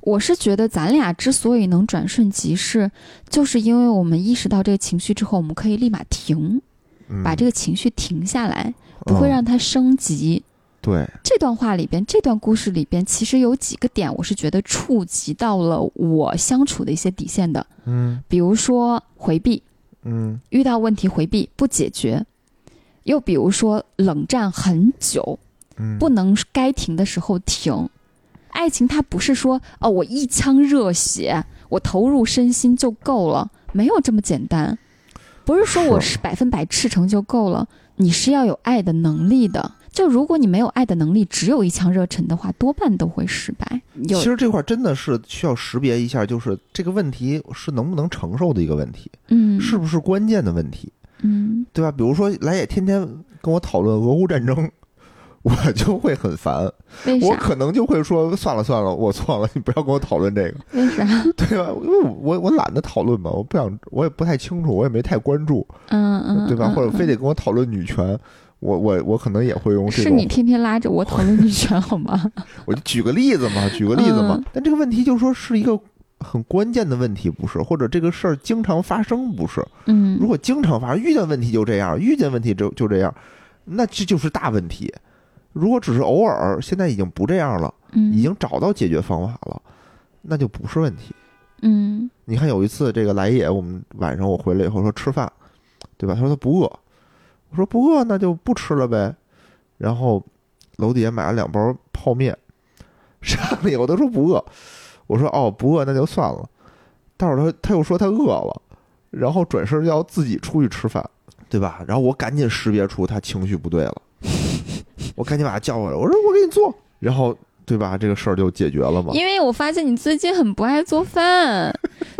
Speaker 3: 我是觉得咱俩之所以能转瞬即逝，就是因为我们意识到这个情绪之后，我们可以立马停，
Speaker 2: 嗯、
Speaker 3: 把这
Speaker 2: 个
Speaker 3: 个情绪停下来，不会让它升级。
Speaker 2: 对，
Speaker 3: 这段话里边，这段故事里边，其实有几个点，我是觉得触及到了我相处的一些底线的，
Speaker 2: 嗯
Speaker 3: 比如说回避，
Speaker 2: 嗯
Speaker 3: 遇到问题回避不解决，又比如说冷战很久，
Speaker 2: 嗯，
Speaker 3: 不能该停的时候停。爱情它不是说哦，我一腔热血，我投入身心就够了，没有这么简单，不是说我
Speaker 2: 是
Speaker 3: 是百分百赤诚就够了，你是要有爱的能力的。就如果你没有爱的能力，只有一腔热忱的话，多半都会失败。有
Speaker 2: 其实这块儿真的是需要识别一下，就是这个问题是能不能承受的一个问题，
Speaker 3: 嗯
Speaker 2: 是不是关键的问题。
Speaker 3: 嗯
Speaker 2: 对吧？比如说来也天天跟我讨论俄乌战争，我就会很烦，
Speaker 3: 为
Speaker 2: 我
Speaker 3: 啥
Speaker 2: 可能就会说算了算了，我错了，你不要跟我讨论这个，
Speaker 3: 为啥
Speaker 2: 对吧？因为我我我懒得讨论嘛，我不想，我也不太清楚，我也没太关注，
Speaker 3: 嗯嗯
Speaker 2: 对吧？
Speaker 3: 嗯
Speaker 2: 或者非
Speaker 3: 嗯
Speaker 2: 得跟我讨论女权。我我我可能也会用这
Speaker 3: 是
Speaker 2: 种
Speaker 3: 你，天天拉着我讨论女权好吗？
Speaker 2: 我就举个例子嘛，举个例子嘛
Speaker 3: 嗯。
Speaker 2: 但这个问题就是说是一个很关键的问题，不是？或者这个事儿经常发生，不是？
Speaker 3: 嗯
Speaker 2: 如果经常发生，遇见问题就这样，遇见问题就就这样，那这就是大问题。如果只是偶尔，现在已经不这样了，
Speaker 3: 嗯
Speaker 2: 已经找到解决方法了，那就不是问题。
Speaker 3: 嗯
Speaker 2: 你看有一次，这个来也，我们晚上我回来以后说吃饭，对吧？他说他不饿，我说不饿那就不吃了呗。然后楼底下买了两包泡面，上来以后他说不饿，我说哦不饿那就算了。待会儿他他又说他饿了，然后转身要自己出去吃饭，对吧？然后我赶紧识别出他情绪不对了，我赶紧把他叫过来，我说我给你做，然后对吧？这个事儿就解决了嘛。
Speaker 3: 因为我发现你最近很不爱做饭，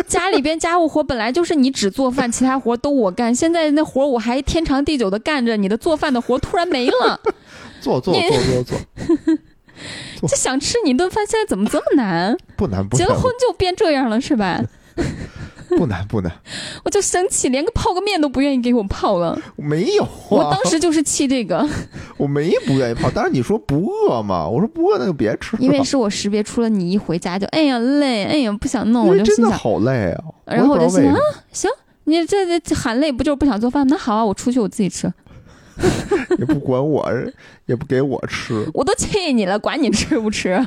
Speaker 3: 家里边家务活本来就是你只做饭，其他活都我干。现在那活我还天长地久的干着，你的做饭的活突然没了，
Speaker 2: 做做
Speaker 3: 你
Speaker 2: 做做做，
Speaker 3: 就想吃你一顿饭，现在怎么这么难？
Speaker 2: 不难不
Speaker 3: 结
Speaker 2: 难
Speaker 3: 了婚就变这样了是吧？
Speaker 2: 不难不难。
Speaker 3: 我就生气，连个泡个面都不愿意给我泡了。
Speaker 2: 没有啊，
Speaker 3: 我当时就是气这个，
Speaker 2: 我没不愿意泡，但是你说不饿嘛，我说不饿那就别吃了，
Speaker 3: 因为是我识别出了你一回家就哎呀累，哎呀不想弄，
Speaker 2: 因
Speaker 3: 我
Speaker 2: 为
Speaker 3: 就
Speaker 2: 真
Speaker 3: 心
Speaker 2: 的
Speaker 3: 想，
Speaker 2: 好累啊。
Speaker 3: 然后我
Speaker 2: 我也
Speaker 3: 就
Speaker 2: 不知道
Speaker 3: 心
Speaker 2: 为什
Speaker 3: 想啊
Speaker 2: 么，
Speaker 3: 行，你这这这喊累不就是不想做饭吗？那好啊，我出去我自己吃。
Speaker 2: 也不管我， 也不给我吃。
Speaker 3: 我都气你了，管你吃不吃。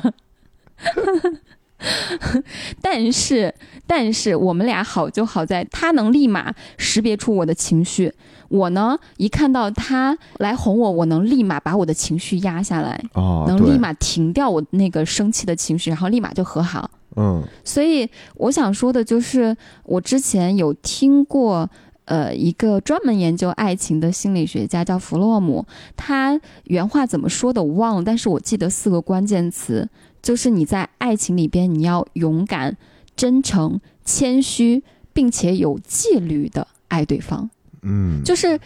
Speaker 3: 但是，但是我们俩好就好在，他能立马识别出我的情绪，我呢一看到他来哄我，我能立马把我的情绪压下来，
Speaker 2: 啊，
Speaker 3: 能
Speaker 2: 对
Speaker 3: 立马停掉我那个生气的情绪，然后立马就和好。
Speaker 2: 嗯
Speaker 3: 所以我想说的就是，我之前有听过。呃，一个专门研究爱情的心理学家叫弗洛姆，他原话怎么说的我忘了，但是我记得四个关键词，就是你在爱情里边你要勇敢、真诚、谦虚，并且有纪律的爱对方。
Speaker 2: 嗯，
Speaker 3: 就是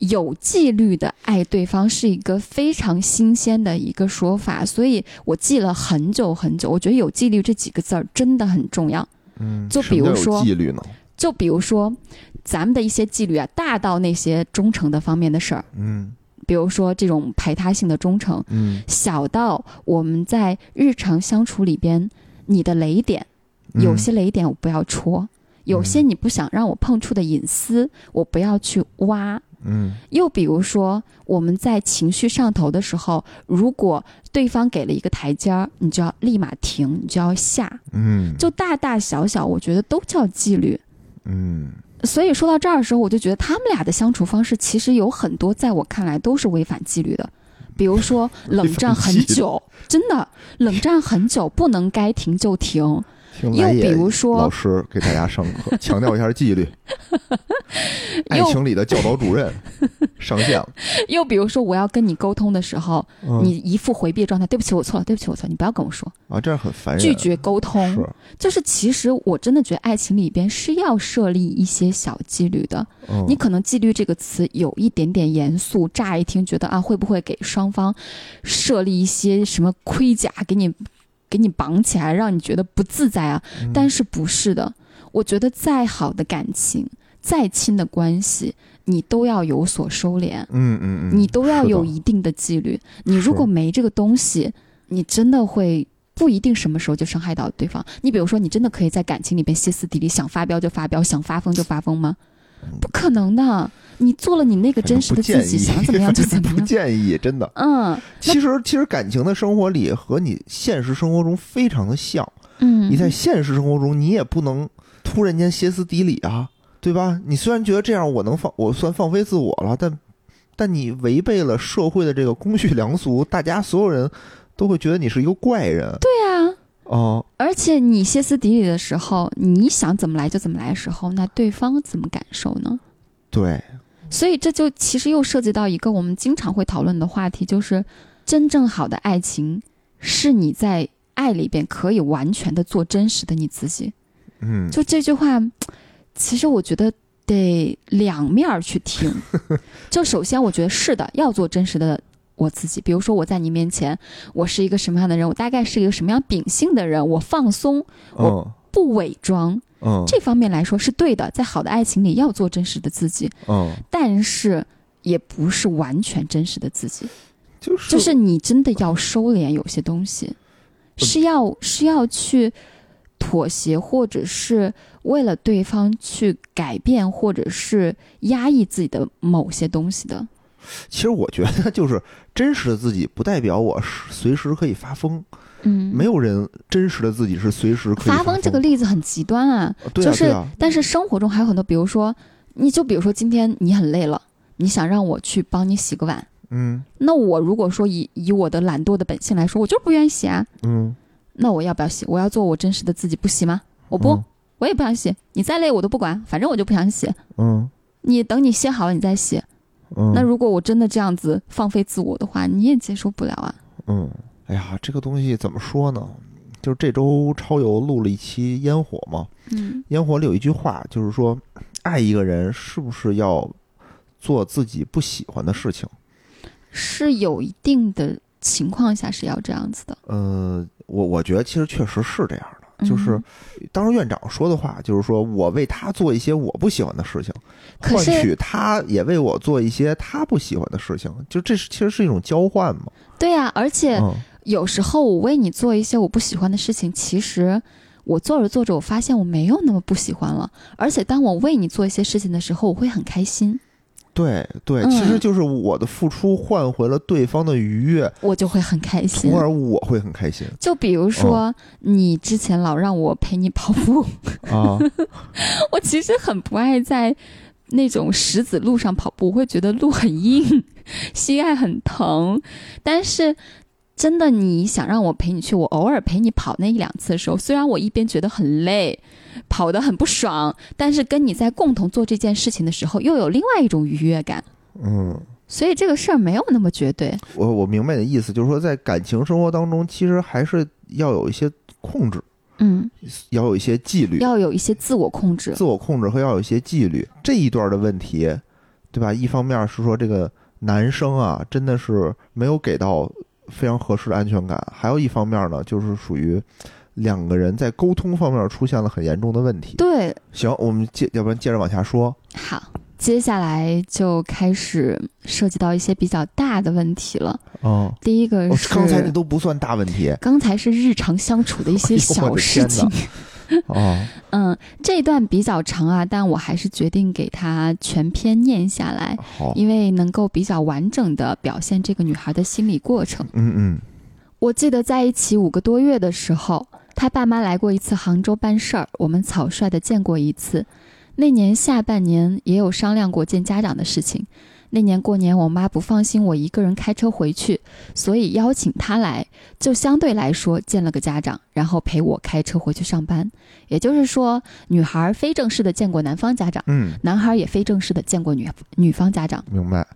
Speaker 3: 有纪律的爱对方是一个非常新鲜的一个说法，所以我记了很久很久。我觉得“有纪律”这几个字儿真的很重要。
Speaker 2: 嗯
Speaker 3: 就
Speaker 2: 什么
Speaker 3: 比如
Speaker 2: 叫有
Speaker 3: 说
Speaker 2: 纪律呢，
Speaker 3: 就比如说，咱们的一些纪律啊，大到那些忠诚的方面的事儿，
Speaker 2: 嗯
Speaker 3: 比如说这种排他性的忠诚；
Speaker 2: 嗯，
Speaker 3: 小到我们在日常相处里边，你的雷点，
Speaker 2: 嗯
Speaker 3: 有些雷点我不要戳，有些你不想让我碰触的隐私，我不要去挖。
Speaker 2: 嗯
Speaker 3: 又比如说，我们在情绪上头的时候，如果对方给了一个台阶儿，你就要立马停，你就要下，
Speaker 2: 嗯，
Speaker 3: 就大大小小，我觉得都叫纪律。
Speaker 2: 嗯
Speaker 3: 所以说到这儿的时候，我就觉得他们俩的相处方式其实有很多，在我看来都是违反纪律的。比如说冷战很久，真的冷战很久，不能该停 就停。
Speaker 2: 听
Speaker 3: 又
Speaker 2: 来也
Speaker 3: 比如说
Speaker 2: 老师给大家上课，强调一下纪律。 爱情里的教导主任上线 了，
Speaker 3: 又比如说，我要跟你沟通的时候，
Speaker 2: 嗯
Speaker 3: 你一副回避的状态，对不起，我错了，对不起，我错了，你不要跟我说，
Speaker 2: 啊，这样很烦人。
Speaker 3: 拒绝 沟通。
Speaker 2: 是，
Speaker 3: 就是其实我真的觉得爱情里边是要设立一些小纪律的。
Speaker 2: 嗯
Speaker 3: 你可能“纪律”这个词有一点点严肃，乍一听觉得啊，会不会给双方设立一些什么盔甲，给你给你绑起来，让你觉得不自在啊？
Speaker 2: 嗯
Speaker 3: 但是不是的？我觉得再好的感情，再亲的关系，你都要有所收敛，
Speaker 2: 嗯嗯嗯，
Speaker 3: 你都要
Speaker 2: 是的
Speaker 3: 有一定的纪律。你
Speaker 2: 是
Speaker 3: 如果没这个东西，你真的会不一定什么时候就伤害到对方。你比如说，你真的可以在感情里边歇斯底里，想发飙就发飙，想发疯就发疯吗？
Speaker 2: 嗯
Speaker 3: 不可能的。你做了你那个真实的自己，
Speaker 2: 反正哎不建议
Speaker 3: 想怎么 样就怎么
Speaker 2: 不
Speaker 3: 样。
Speaker 2: 建议，真的。
Speaker 3: 嗯
Speaker 2: 其实其实感情的生活里和你现实生活中非常的像，
Speaker 3: 嗯，
Speaker 2: 你在现实生活中你也不能突然间歇斯底里啊，对吧？你虽然觉得这样我能放，我算放飞自我了，但但你违背了社会的这个公序良俗，大家所有人都会觉得你是一个怪人。对
Speaker 3: 对啊。
Speaker 2: 哦、
Speaker 3: 而且你歇斯底里的时候，你想怎么来就怎么来的时候，那对方怎么感受呢？
Speaker 2: 对，
Speaker 3: 所以这就其实又涉及到一个我们经常会讨论的话题，就是真正好的爱情是你在爱里边可以完全的做真实的你自己。
Speaker 2: 嗯，
Speaker 3: 就这句话，其实我觉得得两面儿去 听。就首先，我觉得是的，要做真实的我自己。比如说，我在你面前，我是一个什么样的人，我大概是一个什么样秉性的人，我放松，
Speaker 2: 嗯
Speaker 3: 不伪装，
Speaker 2: 嗯
Speaker 3: 这方面来说是对的。在好的爱情里，要做真实的自己。
Speaker 2: 嗯，
Speaker 3: 但是也不是完全真实的自己，
Speaker 2: 就是
Speaker 3: 就是你真的要收敛有些东西，是要是要去妥协，或者是为了对方去改变，或者是压抑自己的某些东西的。
Speaker 2: 其实我觉得就是真实的自己，不代表我是随时可以发疯。
Speaker 3: 嗯，
Speaker 2: 没有人真实的自己是随时可以
Speaker 3: 发
Speaker 2: 疯
Speaker 3: 这个例子很极端啊，
Speaker 2: 对啊
Speaker 3: 就是
Speaker 2: 对啊，
Speaker 3: 但是生活中还有很多，比如说，你就比如说今天你很累了，你想让我去帮你洗个碗，
Speaker 2: 嗯
Speaker 3: 那我如果说以以我的懒惰的本性来说，我就是不愿意洗啊，
Speaker 2: 嗯，
Speaker 3: 那我要不要洗？我要做我真实的自己，不洗吗？我不，
Speaker 2: 嗯
Speaker 3: 我也不想洗。你再累我都不管，反正我就不想洗。
Speaker 2: 嗯
Speaker 3: 你等你歇好了你再洗。
Speaker 2: 嗯，
Speaker 3: 那如果我真的这样子放飞自我的话，你也接受不了啊。
Speaker 2: 嗯，哎呀，这个东西怎么说呢？就是这周超游录了一期烟火嘛，
Speaker 3: 嗯
Speaker 2: 烟火里有一句话，就是说，爱一个人是不是要做自己不喜欢的事情？
Speaker 3: 是有一定的情况下是要这样子的。
Speaker 2: 呃，我我觉得其实确实是这样的，
Speaker 3: 嗯
Speaker 2: 就是当时院长说的话，就是说我为他做一些我不喜欢的事情，
Speaker 3: 可
Speaker 2: 换
Speaker 3: 是
Speaker 2: 取他也为我做一些他不喜欢的事情，就这是其实是一种交换嘛。
Speaker 3: 对呀、而且
Speaker 2: 嗯
Speaker 3: 有时候我为你做一些我不喜欢的事情，其实。我做着做着，我发现我没有那么不喜欢了，而且当我为你做一些事情的时候，我会很开心。
Speaker 2: 对对，
Speaker 3: 嗯
Speaker 2: 其实就是我的付出换回了对方的愉悦，
Speaker 3: 我就会很开心
Speaker 2: 从。而我会很开心
Speaker 3: 就比如说，你之前老让我陪你跑步，
Speaker 2: 啊。
Speaker 3: 我其实很不爱在那种石子路上跑步，我会觉得路很硬，膝盖很疼。但是真的，你想让我陪你去，我偶尔陪你跑那一两次的时候，虽然我一边觉得很累，跑得很不爽，但是跟你在共同做这件事情的时候，又有另外一种愉悦感。
Speaker 2: 嗯，
Speaker 3: 所以这个事儿没有那么绝对。
Speaker 2: 我我明白你的意思，就是说在感情生活当中，其实还是要有一些控制，
Speaker 3: 嗯，
Speaker 2: 要有一些纪律，
Speaker 3: 要有一些自我控制。
Speaker 2: 自我控制和要有一些纪律。这一段的问题，对吧？一方面是说这个男生啊，真的是没有给到非常合适的安全感；，还有一方面呢，就是属于两个人在沟通方面出现了很严重的问题。
Speaker 3: 对，
Speaker 2: 行，我们接，要不然接着往下说。
Speaker 3: 好，接下来就开始涉及到一些比较大的问题了。
Speaker 2: 哦，
Speaker 3: 第一个
Speaker 2: 我
Speaker 3: 是、
Speaker 2: 刚才那都不算大问题
Speaker 3: 刚才是日常相处的一些小事
Speaker 2: 哎
Speaker 3: 情。
Speaker 2: 呦我的哦。
Speaker 3: 嗯，这段比较长啊，但我还是决定给它全篇念下来，
Speaker 2: 好，
Speaker 3: 因为能够比较完整的表现这个女孩的心理过程。
Speaker 2: 嗯嗯，
Speaker 3: 我记得在一起五个多月的时候，他爸妈来过一次杭州办事儿，我们草率的见过一次。那年下半年也有商量过见家长的事情。那年过年，我妈不放心我一个人开车回去，所以邀请他来，就相对来说见了个家长，然后陪我开车回去上班。也就是说，女孩非正式的见过男方家长，
Speaker 2: 嗯，
Speaker 3: 男孩也非正式的见过女女方家长。
Speaker 2: 明白。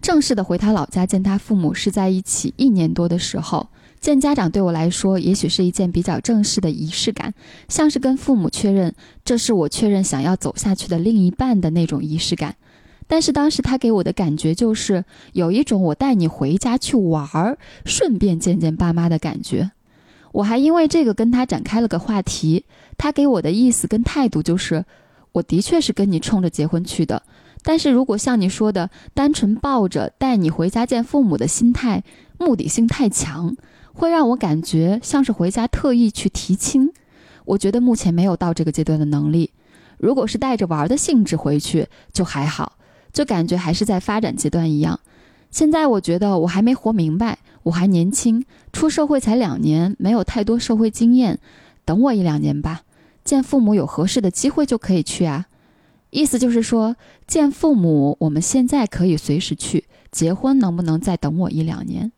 Speaker 3: 正式的回他老家见他父母是在一起一年多的时候，见家长对我来说也许是一件比较正式的仪式感，像是跟父母确认这是我确认想要走下去的另一半的那种仪式感。但是当时他给我的感觉就是有一种我带你回家去玩儿，顺便见见爸妈的感觉。我还因为这个跟他展开了个话题，他给我的意思跟态度就是，我的确是跟你冲着结婚去的，但是如果像你说的单纯抱着带你回家见父母的心态，目的性太强，会让我感觉像是回家特意去提亲。我觉得目前没有到这个阶段的能力。如果是带着玩的性质回去，就还好，就感觉还是在发展阶段一样。现在我觉得我还没活明白，我还年轻，出社会才两年，没有太多社会经验，等我一两年吧，见父母有合适的机会就可以去啊。意思就是说，见父母，我们现在可以随时去。结婚能不能再等我一两年？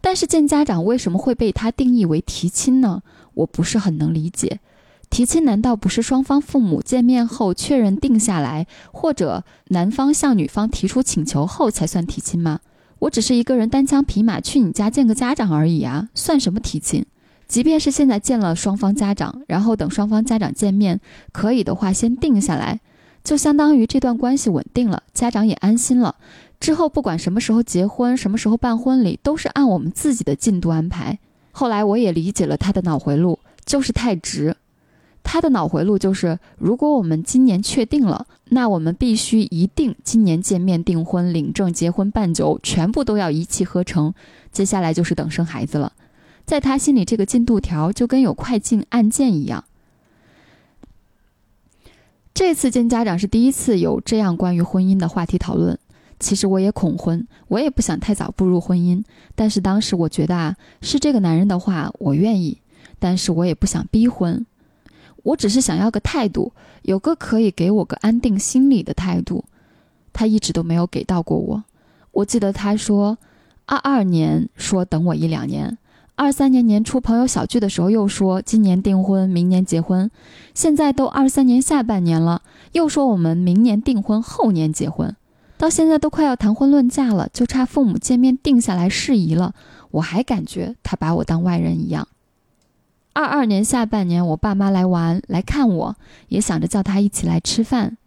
Speaker 3: 但是见家长为什么会被他定义为提亲呢？我不是很能理解。提亲难道不是双方父母见面后确认定下来，或者男方向女方提出请求后才算提亲吗？我只是一个人单枪匹马去你家见个家长而已啊，算什么提亲？即便是现在见了双方家长，然后等双方家长见面，可以的话先定下来，就相当于这段关系稳定了，家长也安心了。之后不管什么时候结婚，什么时候办婚礼，都是按我们自己的进度安排。后来我也理解了他的脑回路，就是太直。他的脑回路就是，如果我们今年确定了，那我们必须一定今年见面订婚、领证、结婚、办酒，全部都要一气呵成。接下来就是等生孩子了。在他心里，这个进度条就跟有快进按键一样。这次见家长是第一次有这样关于婚姻的话题讨论。其实我也恐婚，我也不想太早步入婚姻。但是当时我觉得啊，是这个男人的话，我愿意，但是我也不想逼婚。我只是想要个态度，有个可以给我个安定心理的态度。他一直都没有给到过我。我记得他说，二二年说等我一两年，二三年年初朋友小聚的时候又说今年订婚，明年结婚。现在都二三年下半年了，又说我们明年订婚，后年结婚，到现在都快要谈婚论嫁了，就差父母见面定下来事宜了，我还感觉他把我当外人一样。二二年下半年，我爸妈来玩来看我，也想着叫他一起来吃饭。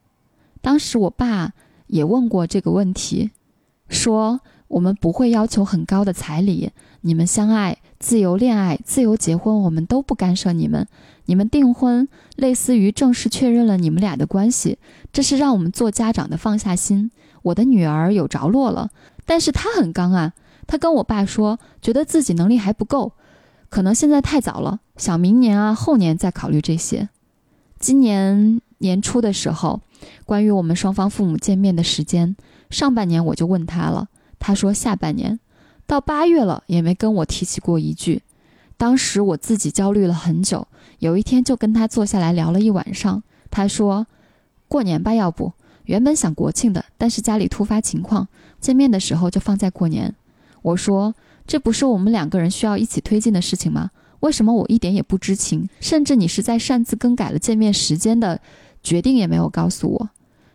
Speaker 3: 当时我爸也问过这个问题，说我们不会要求很高的彩礼，你们相爱、自由恋爱、自由结婚，我们都不干涉你们。你们订婚类似于正式确认了你们俩的关系，这是让我们做家长的放下心。我的女儿有着落了，但是她很刚啊，她跟我爸说，觉得自己能力还不够，可能现在太早了，想明年啊后年再考虑这些。今年年初的时候，关于我们双方父母见面的时间，上半年我就问他了，他说下半年，到八月了也没跟我提起过一句。当时我自己焦虑了很久，有一天就跟他坐下来聊了一晚上。他说：“过年吧，要不原本想国庆的，但是家里突发情况，见面的时候就放在过年。”我说：“这不是我们两个人需要一起推进的事情吗？为什么我一点也不知情？甚至你是在擅自更改了见面时间的决定，也没有告诉我。”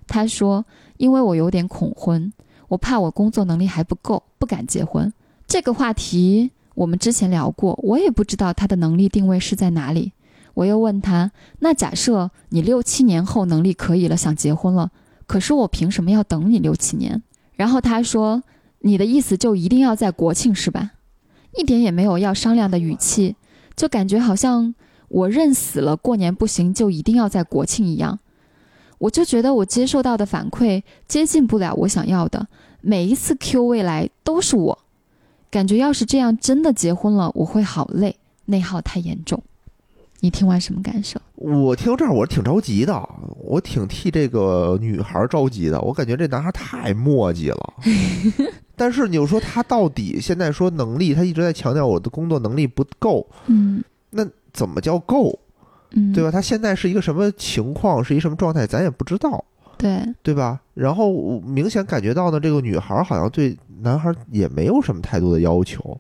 Speaker 3: 他说：“因为我有点恐婚，我怕我工作能力还不够，不敢结婚。”这个话题我们之前聊过，我也不知道他的能力定位是在哪里。我又问他：“那假设你六七年后能力可以了，想结婚了，可是我凭什么要等你六七年？”然后他说：“你的意思就一定要在国庆是吧？”一点也没有要商量的语气，就感觉好像我认死了过年不行就一定要在国庆一样。我就觉得我接受到的反馈接近不了我想要的，每一次 Q 未来都是我，感觉要是这样真的结婚了，我会好累，内耗太严重。你听完什么感受？
Speaker 2: 我听到这儿，我挺着急的，我挺替这个女孩着急的。我感觉这男孩太磨叽 了。但是你又说他到底现在说能力，他一直在强调我的工作能力不够，
Speaker 3: 嗯
Speaker 2: 那怎么叫够？
Speaker 3: 嗯，
Speaker 2: 对吧？？他现在是一个什么情况，是一什么状态，咱也不知道，
Speaker 3: 对，
Speaker 2: 对吧？然后我明显感觉到呢，这个女孩好像对男孩也没有什么太多的要求，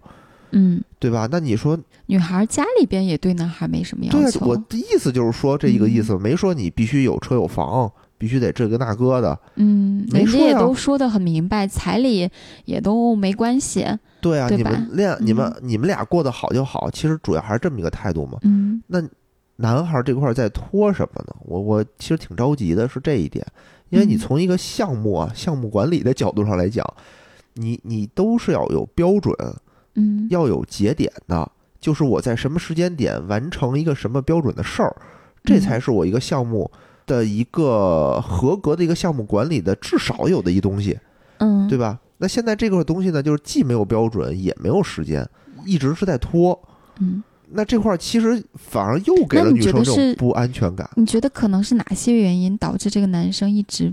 Speaker 3: 嗯，
Speaker 2: 对吧？那你说
Speaker 3: 女孩家里边也对男孩没什么
Speaker 2: 对
Speaker 3: 要
Speaker 2: 啊，
Speaker 3: 求。嗯
Speaker 2: 我的意思就是说这一个意思，没说你必须有车有房，必须得这个那个的。
Speaker 3: 嗯，
Speaker 2: 没
Speaker 3: 人家
Speaker 2: 说
Speaker 3: 也
Speaker 2: 呀
Speaker 3: 都说的很明白，彩礼也都没关系。
Speaker 2: 对啊，
Speaker 3: 对
Speaker 2: 你
Speaker 3: 吧
Speaker 2: 们恋你们、你们俩过得好就好，其实主要还是这么一个态度嘛。
Speaker 3: 嗯
Speaker 2: 男孩这块儿在拖什么呢？我我其实挺着急的，是这一点，因为你
Speaker 3: 嗯
Speaker 2: 从一个项目啊、项目管理的角度上来讲，你你都是要有标准，
Speaker 3: 嗯
Speaker 2: 要有节点的，就是我在什么时间点完成一个什么标准的事儿，这
Speaker 3: 嗯
Speaker 2: 才是我一个项目的一个合格的一个项目管理的至少有的一东西，
Speaker 3: 嗯，
Speaker 2: 对吧？那现在这个东西呢，就是既没有标准，也没有时间，一直是在拖。
Speaker 3: 嗯，
Speaker 2: 那这块儿其实反而又给
Speaker 3: 那
Speaker 2: 了
Speaker 3: 你
Speaker 2: 女
Speaker 3: 觉
Speaker 2: 生
Speaker 3: 得
Speaker 2: 这种
Speaker 3: 是
Speaker 2: 不安全感。
Speaker 3: 你觉得可能是哪些原因导致这个男生一直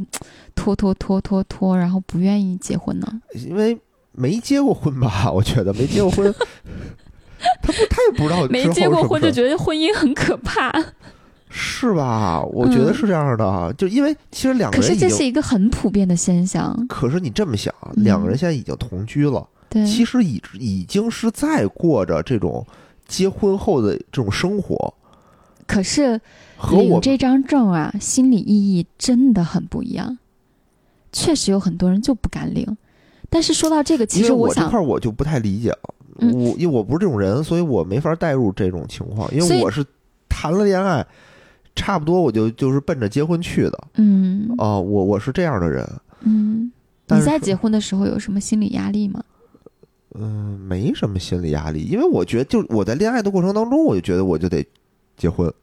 Speaker 3: 拖拖拖拖拖，然后不愿意结婚呢？
Speaker 2: 因为没结过婚吧，我觉得没结过 婚，他不，他也不知道之后是不是
Speaker 3: 觉得婚姻很可怕。
Speaker 2: 是吧？我觉得
Speaker 3: 嗯
Speaker 2: 是这样的，啊就因为其实两个
Speaker 3: 可
Speaker 2: 人
Speaker 3: 是
Speaker 2: 已
Speaker 3: 这
Speaker 2: 经，
Speaker 3: 是一个很普遍的现象，
Speaker 2: 可是你这么想，
Speaker 3: 嗯
Speaker 2: 两个人现在已经同居了，
Speaker 3: 对，
Speaker 2: 其实已已经是在过着这种结婚后的这种生活，
Speaker 3: 可是
Speaker 2: 和我
Speaker 3: 领这张证啊，心理意义真的很不一样。确实有很多人就不敢领，但是说到这个，其
Speaker 2: 因为
Speaker 3: 实
Speaker 2: 我这
Speaker 3: 想
Speaker 2: 块，儿我就不太理解了，
Speaker 3: 嗯
Speaker 2: 我因为我不是这种人，所以我没法带入这种情况，因
Speaker 3: 所
Speaker 2: 为
Speaker 3: 以
Speaker 2: 我是谈了恋爱，差不多我就就是奔着结婚去的
Speaker 3: 嗯
Speaker 2: 啊、我我是这样的人，
Speaker 3: 嗯，
Speaker 2: 但
Speaker 3: 你
Speaker 2: 是
Speaker 3: 在
Speaker 2: 说
Speaker 3: 结婚的时候有什么心理压力吗？
Speaker 2: 嗯，没什么心理压力，因为我觉得，就是我在恋爱的过程当中，我就觉得我就得结婚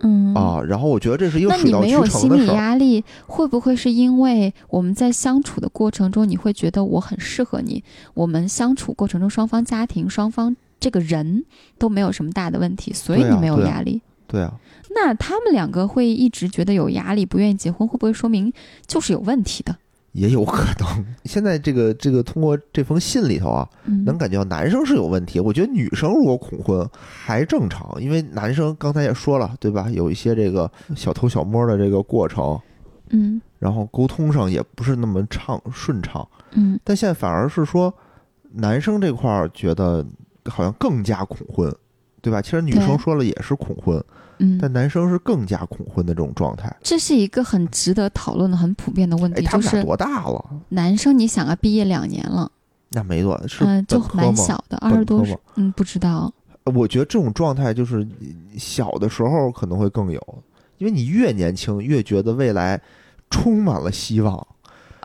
Speaker 3: 嗯，
Speaker 2: 啊，然后我觉得这是一个
Speaker 3: 那
Speaker 2: 水
Speaker 3: 你
Speaker 2: 到
Speaker 3: 没
Speaker 2: 渠
Speaker 3: 有
Speaker 2: 成
Speaker 3: 心
Speaker 2: 的
Speaker 3: 理
Speaker 2: 事儿。
Speaker 3: 压力，会不会是因为我们在相处的过程中，你会觉得我很适合你？我们相处过程中，双方家庭、双方这个人都没有什么大的问题，所以
Speaker 2: 对啊
Speaker 3: 你没有
Speaker 2: 对啊
Speaker 3: 压力。
Speaker 2: 对啊，
Speaker 3: 那他们两个会一直觉得有压力，不愿意结婚，会不会说明就是有问题的？
Speaker 2: 也有可能。 现在这个这个通过这封信里头啊，
Speaker 3: 嗯，
Speaker 2: 能感觉到男生是有问题。我觉得女生如果恐婚还正常，因为男生刚才也说了，对吧？有一些这个小偷小摸的这个过程，
Speaker 3: 嗯
Speaker 2: 然后沟通上也不是那么畅顺畅。
Speaker 3: 嗯
Speaker 2: 但现在反而是说，男生这块儿觉得好像更加恐婚，对吧？其实女
Speaker 3: 对
Speaker 2: 生说了也是恐婚，但
Speaker 3: 嗯，
Speaker 2: 男生是更加恐婚的这种状态。
Speaker 3: 这是一个很值得讨论的、很普遍的问
Speaker 2: 哎，
Speaker 3: 题，
Speaker 2: 他
Speaker 3: 就
Speaker 2: 们俩
Speaker 3: 是
Speaker 2: 多大了？
Speaker 3: 男生，你想啊，毕业两年了，
Speaker 2: 那没多大，是
Speaker 3: 嗯、就
Speaker 2: 本科
Speaker 3: 蛮
Speaker 2: 吗
Speaker 3: 小的，
Speaker 2: 本
Speaker 3: 二十多
Speaker 2: 科
Speaker 3: 岁
Speaker 2: 吗，
Speaker 3: 嗯，不 知道，
Speaker 2: 我觉得这种状态就是呃小的时候可能会更有，因为你越年轻越觉得未来充满了希望。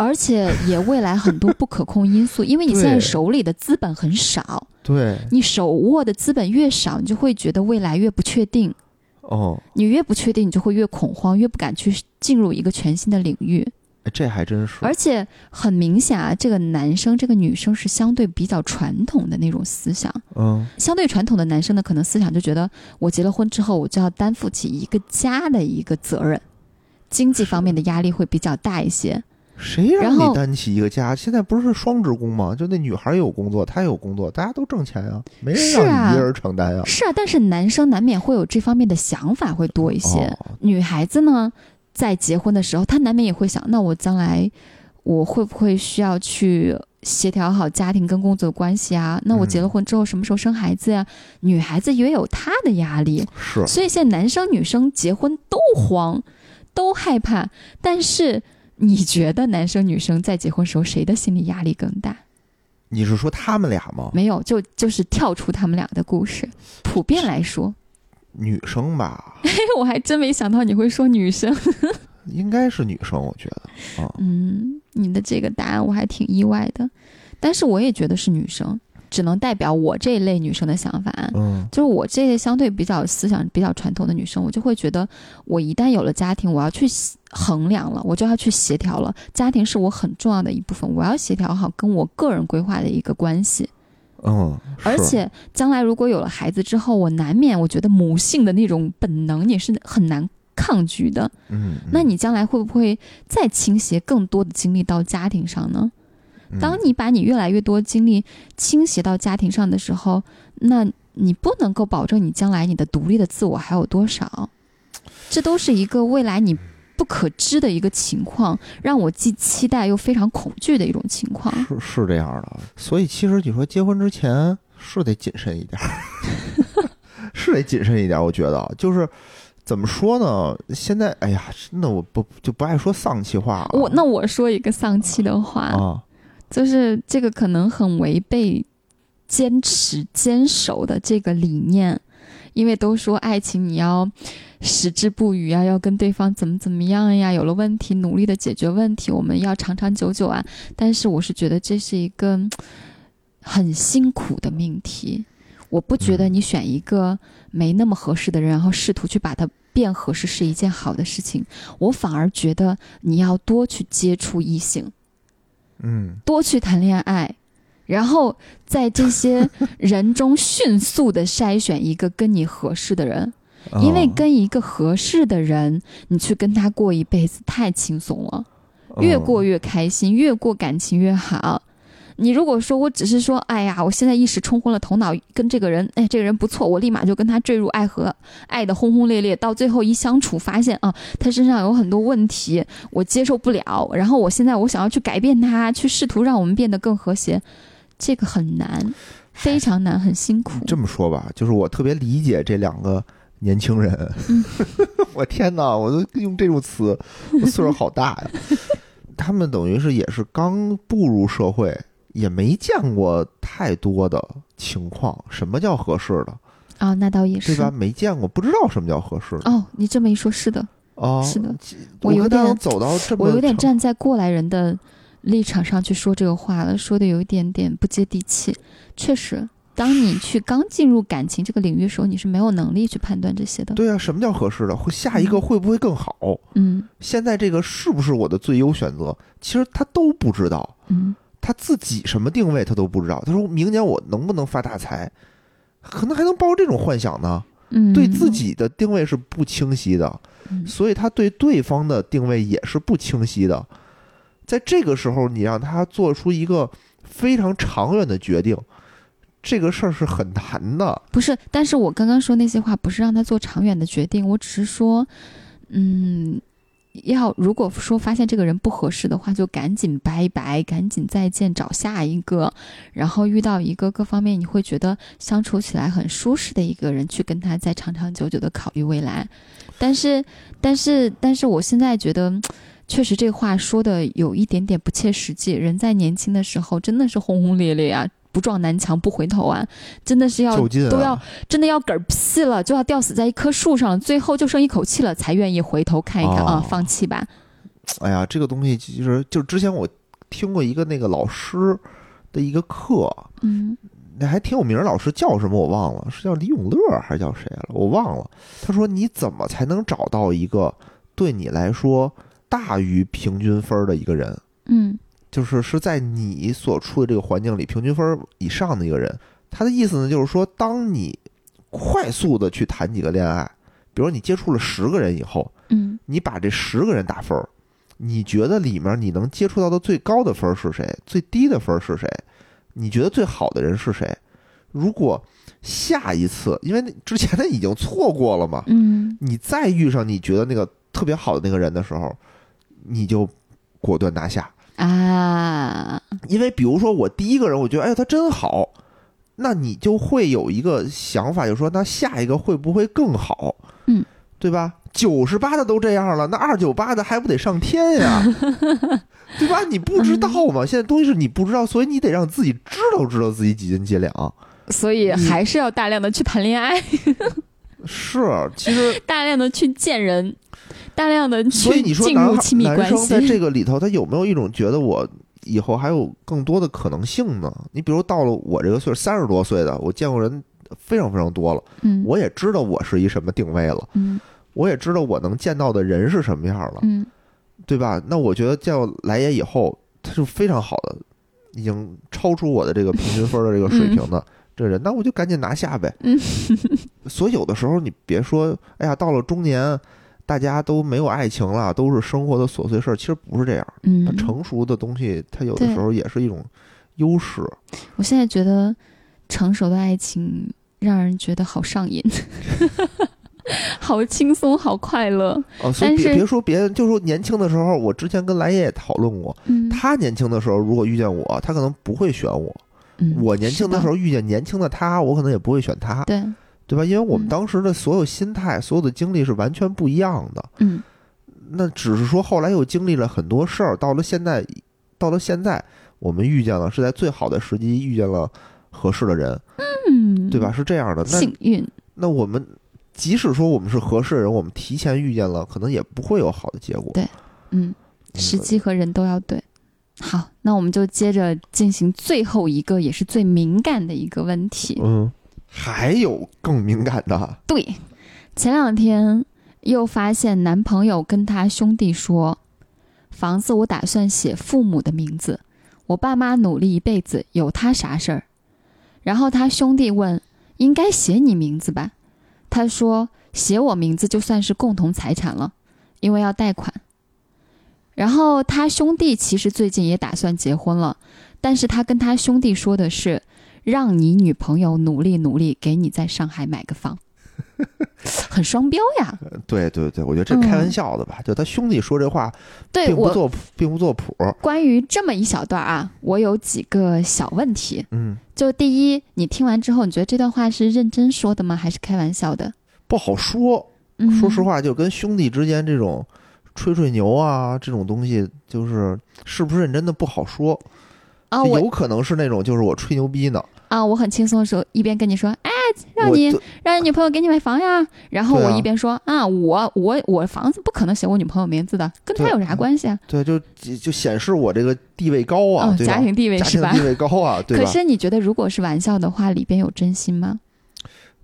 Speaker 3: 而且也未来很多不可控因素，因为你现在手里的资本很少，
Speaker 2: 对，
Speaker 3: 你手握的资本越少，你就会觉得未来越不确定，
Speaker 2: 哦，
Speaker 3: 你越不确定，你就会越恐慌，越不敢去进入一个全新的领域。
Speaker 2: 哎这还真是。
Speaker 3: 而且很明显啊，这个男生这个女生是相对比较传统的那种思想，
Speaker 2: 嗯，
Speaker 3: 相对传统的男生呢，可能思想就觉得我结了婚之后，我就要担负起一个家的一个责任。经济方面的压力会比较大一些。
Speaker 2: 谁让
Speaker 3: 然后
Speaker 2: 你担起一个家？现在不是双职工吗？就那女孩也有工作，她也有工作，大家都挣钱啊，没人
Speaker 3: 是啊
Speaker 2: 让你一个人承担啊。
Speaker 3: 是啊，但是男生难免会有这方面的想法会多一些。
Speaker 2: 哦
Speaker 3: 女孩子呢，在结婚的时候，她难免也会想，那我将来我会不会需要去协调好家庭跟工作关系啊？那我结了婚之后什么时候生孩子呀、女孩子也有她的压力，
Speaker 2: 是
Speaker 3: 所以现在男生女生结婚都慌，都害怕。但是你觉得男生女生在结婚时候谁的心理压力更大？
Speaker 2: 你是说他们俩吗？
Speaker 3: 没有，就就是跳出他们俩的故事，普遍来说，
Speaker 2: 女生吧，
Speaker 3: 嘿，我还真没想到你会说女生。
Speaker 2: 应该是女生，我觉得啊，
Speaker 3: 嗯，你的这个答案我还挺意外的，但是我也觉得是女生，只能代表我这一类女生的想法。
Speaker 2: 嗯，
Speaker 3: 就是我这类相对比较思想比较传统的女生，我就会觉得，我一旦有了家庭，我要去衡量了，我就要去协调了。家庭是我很重要的一部分，我要协调好跟我个人规划的一个关系。
Speaker 2: 嗯，
Speaker 3: 而
Speaker 2: 是
Speaker 3: 且将来如果有了孩子之后，我难免我觉得母性的那种本能也是很难抗拒的。
Speaker 2: 嗯，
Speaker 3: 那你将来会不会再倾斜更多的精力到家庭上呢？
Speaker 2: 嗯
Speaker 3: 当你把你越来越多精力倾斜到家庭上的时候，那你不能够保证你将来你的独立的自我还有多少，这都是一个未来你不可知的一个情况，让我既期待又非常恐惧的一种情况。
Speaker 2: 是是这样的，所以其实你说结婚之前是得谨慎一点儿， 是得谨慎一点儿。我觉得就是怎么说呢？现在哎呀，真的我不就不爱说丧气话了。
Speaker 3: 我那我说一个丧气的话，
Speaker 2: 啊，
Speaker 3: 就是这个可能很违背坚持坚守的这个理念，因为都说爱情你要矢志不渝啊，要跟对方怎么怎么样呀，有了问题努力的解决问题，我们要长长久久啊。但是我是觉得这是一个嗯很辛苦的命题，我不觉得你选一个没那么合适的人，然后试图去把它。变合适是一件好的事情，我反而觉得你要多去接触异性，
Speaker 2: 嗯，
Speaker 3: 多去谈恋爱，然后在这些人中迅速的筛选一个跟你合适的人，
Speaker 2: 啊
Speaker 3: 因为跟一个合适的人，你去跟他过一辈子太轻松了，
Speaker 2: 嗯
Speaker 3: 越过越开心，越过感情越好。你如果说我只是说，哎呀，我现在一时冲昏了头脑，跟这个人，哎，这个人不错，我立马就跟他坠入爱河，爱的轰轰烈烈，到最后一相处发现啊，他身上有很多问题，我接受不了，然后我现在我想要去改变他，去试图让我们变得更和谐，这个很难，非常难，很辛苦。
Speaker 2: 这么说吧，就是我特别理解这两个年轻人。
Speaker 3: 嗯
Speaker 2: 我天哪，我都用这种词，我岁数好大呀。他们等于是也是刚步入社会，也没见过太多的情况。什么叫合适的，
Speaker 3: 啊、那倒也
Speaker 2: 对吧？
Speaker 3: 是。
Speaker 2: 没见过，不知道什么叫合适的
Speaker 3: 哦，你这么一说，是的，
Speaker 2: 啊。
Speaker 3: 是的，
Speaker 2: 我
Speaker 3: 我有
Speaker 2: 跟他
Speaker 3: 点
Speaker 2: 能走到这么，
Speaker 3: 我有点。站在过来人的立场上去说这个话了，说的有一点点不接地气。确实，当你去刚进入感情这个领域的时候，你是没有能力去判断这些的。
Speaker 2: 对啊，什么叫合适的？会下一个会不会更好？
Speaker 3: 嗯
Speaker 2: 现在这个是不是我的最优选择？其实他都不知道。
Speaker 3: 嗯，
Speaker 2: 他自己什么定位他都不知道。他说明年我能不能发大财，可能还能抱着这种幻想呢？
Speaker 3: 嗯，
Speaker 2: 对自己的定位是不清晰的，
Speaker 3: 嗯
Speaker 2: 所以他对对方的定位也是不清晰的。在这个时候，你让他做出一个非常长远的决定，这个事儿是很难的。
Speaker 3: 不是，但是我刚刚说那些话不是让他做长远的决定，我只是说，嗯，要如果说发现这个人不合适的话，就赶紧拜拜，赶紧再见，找下一个，然后遇到一个各方面你会觉得相处起来很舒适的一个人，去跟他再长长久久的考虑未来。但是，但是，但是我现在觉得。嗯确实，这话说的有一点点不切实际。人在年轻的时候真的是轰轰烈烈啊，不撞南墙不回头啊，真的是要
Speaker 2: 就近、啊、
Speaker 3: 都要真的要嗝屁了，就要吊死在一棵树上了，最后就剩一口气了，才愿意回头看一看、
Speaker 2: 哦
Speaker 3: 啊，放弃吧。
Speaker 2: 哎呀，这个东西其实就之前我听过一个那个老师的一个课，
Speaker 3: 嗯
Speaker 2: 那还挺有名儿，老师叫什么我忘了，是叫李永乐还是叫谁了？我忘了。他说你怎么才能找到一个对你来说大于平均分儿的一个人？
Speaker 3: 嗯
Speaker 2: 就是是在你所处的这个环境里平均分儿以上的一个人。他的意思呢，就是说，当你快速的去谈几个恋爱，比如你接触了十个人以后，
Speaker 3: 嗯
Speaker 2: 你把这十个人打分儿，你觉得里面你能接触到的最高的分儿是谁？最低的分儿是谁？你觉得最好的人是谁？如果下一次，因为那之前的已经错过了嘛，
Speaker 3: 嗯，
Speaker 2: 你再遇上你觉得那个特别好的那个人的时候，你就果断拿下。
Speaker 3: 啊，
Speaker 2: 因为比如说我第一个人，我觉得哎呦他真好，那你就会有一个想法，就说那下一个会不会更好？
Speaker 3: 嗯，
Speaker 2: 对吧？九十八的都这样了，那二九八的还不得上天呀？ 对吧？你不知道嘛，现在东西是你不知道，所以你得让自己知道知道自己几斤几两。
Speaker 3: 所以还是要大量的去谈恋爱，
Speaker 2: 是，其实
Speaker 3: 大量的去见人，大量的
Speaker 2: 所以
Speaker 3: 去
Speaker 2: 你说
Speaker 3: 进
Speaker 2: 男
Speaker 3: 入
Speaker 2: 孩
Speaker 3: 亲密
Speaker 2: 男
Speaker 3: 关
Speaker 2: 生在
Speaker 3: 系。
Speaker 2: 这个里头，他有没有一种觉得我以后还有更多的可能性呢？你比如到了我这个岁数，三十多岁的，我见过人非常非常多了，
Speaker 3: 嗯，
Speaker 2: 我也知道我是一什么定位了，
Speaker 3: 嗯
Speaker 2: 我也知道我能见到的人是什么样了，
Speaker 3: 嗯
Speaker 2: 对吧？那我觉得见我来也以后，他是非常好的，已经超出我的这个平均分的这个水平的。这个人，那我就赶紧拿下呗。
Speaker 3: 嗯
Speaker 2: 所以有的时候你别说，哎呀，到了中年，大家都没有爱情了，都是生活的琐碎事儿。其实不是这样，它
Speaker 3: 嗯，
Speaker 2: 成熟的东西，它有的
Speaker 3: 对
Speaker 2: 时候也是一种优势。
Speaker 3: 我现在觉得成熟的爱情让人觉得好 上瘾，好轻松，好快乐。
Speaker 2: 哦，所以
Speaker 3: 但
Speaker 2: 别
Speaker 3: 是
Speaker 2: 别说别人，就说年轻的时候，我之前跟来也也讨论过，
Speaker 3: 嗯，
Speaker 2: 他年轻的时候如果遇见我，他可能不会选我；
Speaker 3: 嗯
Speaker 2: 我年轻的时，
Speaker 3: 是
Speaker 2: 候遇见年轻的他，我可能也不会选他，
Speaker 3: 对，
Speaker 2: 对吧？因为我们
Speaker 3: 嗯
Speaker 2: 当时的所有心态、所有的经历是完全不一样的。
Speaker 3: 嗯
Speaker 2: 那只是说后来又经历了很多事儿，到了现在，到了现在，我们遇见了是在最好的时机遇见了合适的人，
Speaker 3: 嗯，
Speaker 2: 对吧？？是这样的。那
Speaker 3: 幸运，
Speaker 2: 那我们即使说我们是合适的人，我们提前遇见了，可能也不会有好的结果。
Speaker 3: 对嗯，时机和人都要对。好，那我们就接着进行最后一个，也是最敏感的一个问题。
Speaker 2: 嗯，还有更敏感的，啊
Speaker 3: 对，前两天又发现男朋友跟他兄弟说，房子我打算写父母的名字，我爸妈努力一辈子，有他啥事儿？然后他兄弟问，应该写你名字吧？他说写我名字就算是共同财产了，因为要贷款。然后他兄弟其实最近也打算结婚了，但是他跟他兄弟说的是，让你女朋友努力努力，给你在上海买个房，很双标呀。
Speaker 2: 对对对，我觉得这
Speaker 3: 嗯
Speaker 2: 开玩笑的吧？就他兄弟说这话，
Speaker 3: 对
Speaker 2: 并不
Speaker 3: 我
Speaker 2: 做并不做谱。
Speaker 3: 关于这么一小段啊，我有几个小问题。
Speaker 2: 嗯，
Speaker 3: 就第一，你听完之后，你觉得这段话是认真说的吗？还是开玩笑的？
Speaker 2: 不好说。
Speaker 3: 嗯，
Speaker 2: 说实，话，就跟兄弟之间这种吹吹牛啊，这种东西，就是是不是认真的不好说。
Speaker 3: 啊，
Speaker 2: 就
Speaker 3: 我
Speaker 2: 有可能是那种就是我吹牛逼呢，
Speaker 3: 啊，我很轻松的时候，一边跟你说，哎，让
Speaker 2: 我
Speaker 3: 你
Speaker 2: 对
Speaker 3: 让你女朋友给你买房呀，然后
Speaker 2: 对啊
Speaker 3: 我一边说啊，我我我房子不可能写我女朋友名字的，跟她
Speaker 2: 对
Speaker 3: 有啥关系啊？
Speaker 2: 对，就就就显示我这个地位高啊，
Speaker 3: 嗯，
Speaker 2: 对吧？
Speaker 3: 家庭地位
Speaker 2: 家
Speaker 3: 是
Speaker 2: 庭
Speaker 3: 吧
Speaker 2: 地？位高啊，对
Speaker 3: 可
Speaker 2: 吧？
Speaker 3: 是你觉得，如果是玩笑的话，里边有真心吗？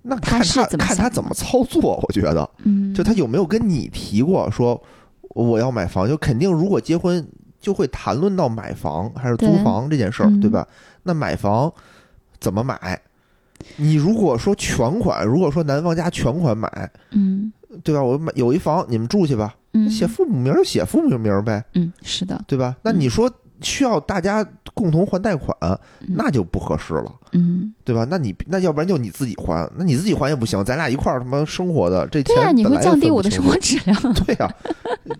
Speaker 2: 那
Speaker 3: 他
Speaker 2: 看
Speaker 3: 是
Speaker 2: 他
Speaker 3: 怎么
Speaker 2: 看他
Speaker 3: 想
Speaker 2: 怎
Speaker 3: 的
Speaker 2: 么操作，我觉得
Speaker 3: 嗯，
Speaker 2: 就他有没有跟你提过说我要买房，就肯定如果结婚就会谈论到买房还是租
Speaker 3: 对
Speaker 2: 房这件事儿，对
Speaker 3: 嗯
Speaker 2: 吧？那买房怎么买？你如果说全款，如果说男方家全款买，
Speaker 3: 嗯
Speaker 2: 对吧？我买有一房，你们住去吧，
Speaker 3: 嗯，
Speaker 2: 写父母名儿就写父母名儿呗，
Speaker 3: 嗯是的，
Speaker 2: 对吧？那
Speaker 3: 嗯
Speaker 2: 你说需要大家共同还贷款，
Speaker 3: 嗯
Speaker 2: 那就不合适了，
Speaker 3: 嗯，
Speaker 2: 对吧？那你那要不然就你自己还，那你自己还也不行，咱俩一块儿他妈生活的，这钱
Speaker 3: 对啊，你
Speaker 2: 本
Speaker 3: 会
Speaker 2: 来也
Speaker 3: 降低
Speaker 2: 分不
Speaker 3: 我的
Speaker 2: 清
Speaker 3: 生
Speaker 2: 楚
Speaker 3: 活质量。
Speaker 2: 对呀、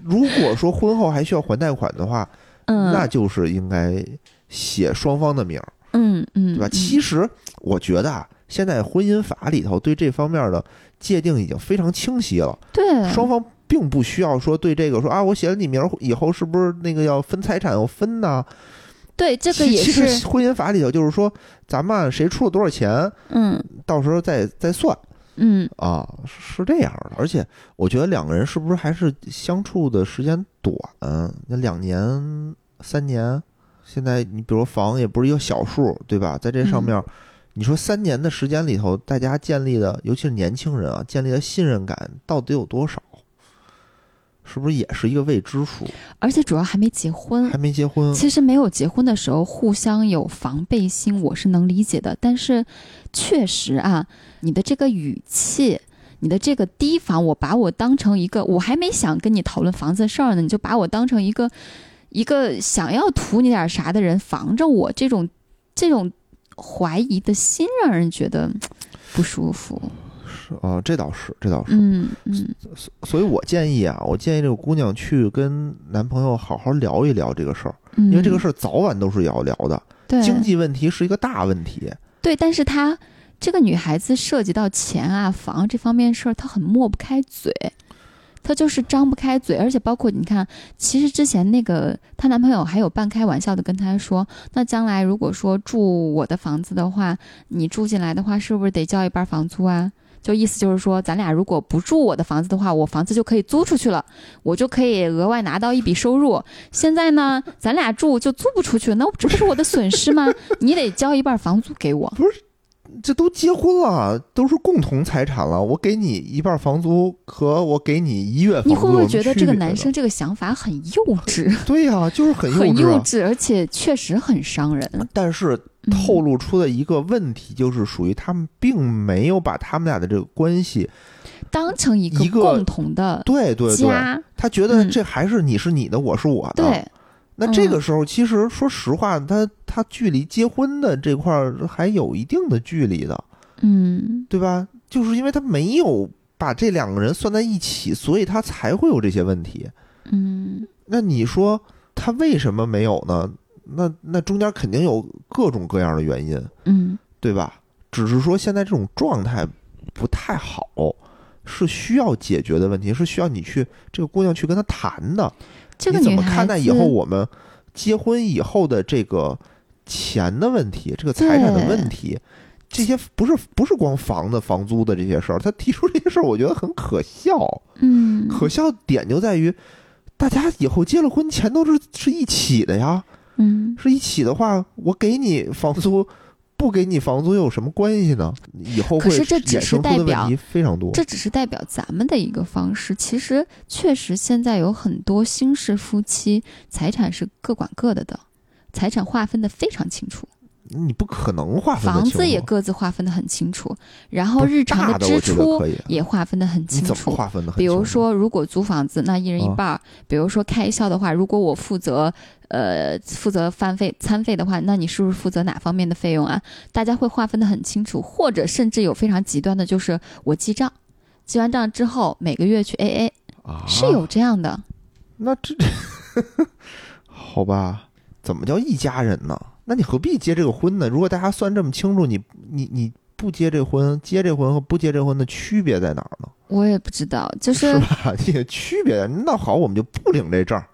Speaker 2: 如果说婚后还需要还贷款的话，那
Speaker 3: 嗯
Speaker 2: 就是应该写双方的名儿，
Speaker 3: 嗯嗯，
Speaker 2: 对吧？
Speaker 3: 嗯
Speaker 2: 其实我觉得啊，现在婚姻法里头对这方面的界定已经非常清晰了，
Speaker 3: 对
Speaker 2: 双方并不需要说对这个说啊，我写了你名儿以后是不是那个要分财产要分呐？
Speaker 3: 对这个
Speaker 2: 其
Speaker 3: 也
Speaker 2: 其
Speaker 3: 是
Speaker 2: 实婚姻法里头就是说，咱们按谁出了多少钱，
Speaker 3: 嗯
Speaker 2: 到时候再再算
Speaker 3: 嗯
Speaker 2: 啊，是这样的。而且我觉得两个人是不是还是相处的时间短，那两年三年，现在你比如房也不是一个小数，对吧？在
Speaker 3: 嗯
Speaker 2: 这上面，你说三年的时间里头，大家建立的，尤其是年轻人啊，建立的信任感到底有多少？是不是也是一个未知数？
Speaker 3: 而且主要还没结婚
Speaker 2: 还。没结婚，
Speaker 3: 嗯其实没有结婚的时候，互相有防备心，我是能理解的。但是，确实啊，你的这个语气、你的这个提防，我把我当成一个，我还没想跟你讨论房子的事儿呢，你就把我当成一个一个想要图你点啥的人，防着我，这种这种怀疑的心，让人觉得嗯不舒服。
Speaker 2: 啊，这倒是，这倒是。
Speaker 3: 嗯嗯
Speaker 2: 所以我建议啊，我建议这个姑娘去跟男朋友好好聊一聊这个事儿，
Speaker 3: 嗯，
Speaker 2: 因为这个事儿早晚都是要聊的。
Speaker 3: 对
Speaker 2: 经济问题是一个大问题，
Speaker 3: 对，但是她这个女孩子涉及到钱啊、房这方面事儿，她很抹不开嘴，她就是张不开嘴，而且包括你看，其实之前那个她男朋友还有半开玩笑的跟她说，那将来如果说住我的房子的话，你住进来的话，是不是得交一半房租啊？就意思就是说，咱俩如果不住我的房子的话，我房子就可以租出去了，我就可以额外拿到一笔收入。现在呢，咱俩住就租不出去，那这不是我的损失吗？你得交一半房租给我。
Speaker 2: 这都结婚了，都是共同财产了，我给你一半房租和我给你一月房租，
Speaker 3: 你会不
Speaker 2: 有
Speaker 3: 会
Speaker 2: 什么
Speaker 3: 觉得
Speaker 2: 区
Speaker 3: 这个
Speaker 2: 别
Speaker 3: 男
Speaker 2: 呢
Speaker 3: 生这个想法很幼稚，
Speaker 2: 对呀、就是 很幼
Speaker 3: 很
Speaker 2: 稚、
Speaker 3: 幼
Speaker 2: 啊？
Speaker 3: 稚，而且确实很伤人？
Speaker 2: 但是
Speaker 3: 嗯
Speaker 2: 透露出的一个问题就是，属于他们并没有把他们俩的这个关系，
Speaker 3: 嗯当成一个
Speaker 2: 一个
Speaker 3: 共同的
Speaker 2: 对对对，
Speaker 3: 家，
Speaker 2: 他觉得
Speaker 3: 嗯
Speaker 2: 这还是你是你的，我是我的。
Speaker 3: 对
Speaker 2: 那这
Speaker 3: 嗯
Speaker 2: 个时候，其实说实话，他他距离结婚的这块儿还有一定的距离的，
Speaker 3: 嗯，
Speaker 2: 对吧？就是因为他没有把这两个人算在一起，所以他才会有这些问题。
Speaker 3: 嗯
Speaker 2: 那你说他为什么没有呢？那那中间肯定有各种各样的原因。
Speaker 3: 嗯
Speaker 2: 对吧？只是说现在这种状态不太好，是需要解决的问题，是需要你去这个姑娘去跟她谈的。
Speaker 3: 这个
Speaker 2: 你怎
Speaker 3: 女
Speaker 2: 么
Speaker 3: 孩
Speaker 2: 看待
Speaker 3: 子
Speaker 2: 以后我们结婚以后的这个钱的问题，这个财产的问题？这些不是不是光房子、房租的这些事儿，他提出这些事儿，我觉得很可笑。
Speaker 3: 嗯，
Speaker 2: 可笑点就在于，大家以后结了婚，钱都是是一起的呀。
Speaker 3: 嗯，
Speaker 2: 是一起的话，我给你房租，不给你房租又有什么关系呢？以后会
Speaker 3: 可是这只
Speaker 2: 衍
Speaker 3: 是
Speaker 2: 生
Speaker 3: 代
Speaker 2: 出的
Speaker 3: 表
Speaker 2: 问题非常多。
Speaker 3: 这只是代表咱们的一个方式。其实确实现在有很多新式夫妻财产是各管各的的，财产划分的非常清楚。
Speaker 2: 你不可能划分得
Speaker 3: 房
Speaker 2: 清
Speaker 3: 子也
Speaker 2: 楚
Speaker 3: 各自划分得很清楚，然后
Speaker 2: 不是
Speaker 3: 日常
Speaker 2: 大的
Speaker 3: 支
Speaker 2: 我觉得
Speaker 3: 出
Speaker 2: 可以，
Speaker 3: 也划分得很
Speaker 2: 你
Speaker 3: 清
Speaker 2: 怎么
Speaker 3: 楚。
Speaker 2: 划分的？
Speaker 3: 比如，说，如果租房子，那一人一
Speaker 2: 啊
Speaker 3: 半儿；比如说开销的话，如果我负责呃负责饭费、餐费的话，那你是不是负责哪方面的费用啊？大家会划分得很清楚，或者甚至有非常极端的，就是我记账，记完账之后每个月去 AA，
Speaker 2: 啊、
Speaker 3: 是有这样的。
Speaker 2: 那这 好吧？怎么叫一家人呢？那你何必结这个婚呢？如果大家算这么清楚，你你你不结这婚，结这婚和不结这婚的区别在哪儿呢？
Speaker 3: 我也不知道，就是
Speaker 2: 是吧？ 这个区别，那好，我们就不领这证儿，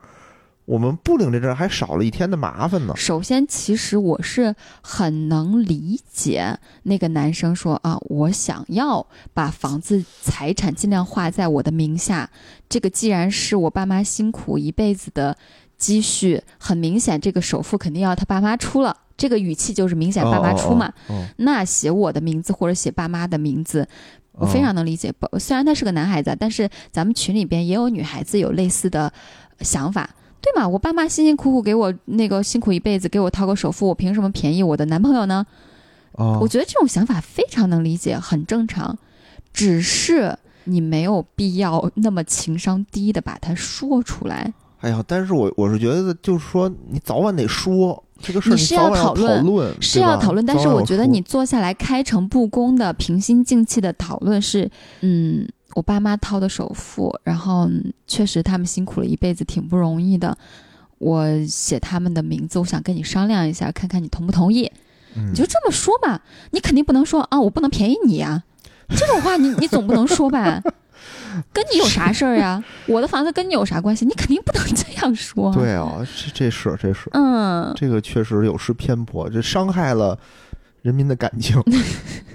Speaker 2: 我们不领这证儿还少了一天的麻烦呢。
Speaker 3: 首先，其实我是很能理解那个男生说啊，我想要把房子财产尽量划在我的名下。这个既然是我爸妈辛苦一辈子的积蓄，很明显这个首付肯定要他爸妈出了。这个语气就是明显爸妈出嘛。
Speaker 2: 哦，哦
Speaker 3: 那写我的名字或者写爸妈的名字，
Speaker 2: 哦
Speaker 3: 我非常能理解。不，虽然他是个男孩子啊，但是咱们群里边也有女孩子有类似的想法，对吗？我爸妈辛辛苦苦给我那个辛苦一辈子，给我掏个首付，我凭什么便宜我的男朋友呢？
Speaker 2: 哦
Speaker 3: 我觉得这种想法非常能理解，很正常。只是你没有必要那么情商低的把它说出来。
Speaker 2: 哎呀，但是我我是觉得，就是说你早晚得说这个事儿，
Speaker 3: 你是
Speaker 2: 早晚
Speaker 3: 要
Speaker 2: 要
Speaker 3: 讨论
Speaker 2: 论，
Speaker 3: 是
Speaker 2: 对吧
Speaker 3: 要讨论，但是
Speaker 2: 早晚要
Speaker 3: 我觉得
Speaker 2: 说
Speaker 3: 你坐下来开诚布公的、平心静气的讨论是，嗯，我爸妈掏的首付，然后嗯确实他们辛苦了一辈子，挺不容易的。我写他们的名字，我想跟你商量一下，看看你同不同意。
Speaker 2: 嗯
Speaker 3: 你就这么说吧，你肯定不能说啊，我不能便宜你呀、这种话你你总不能说吧？跟你有啥事儿呀？我的房子跟你有啥关系？你肯定不能这样说、啊。
Speaker 2: 对啊，这这是这是
Speaker 3: 嗯，
Speaker 2: 这个确实有失偏颇，这伤害了人民的感 情，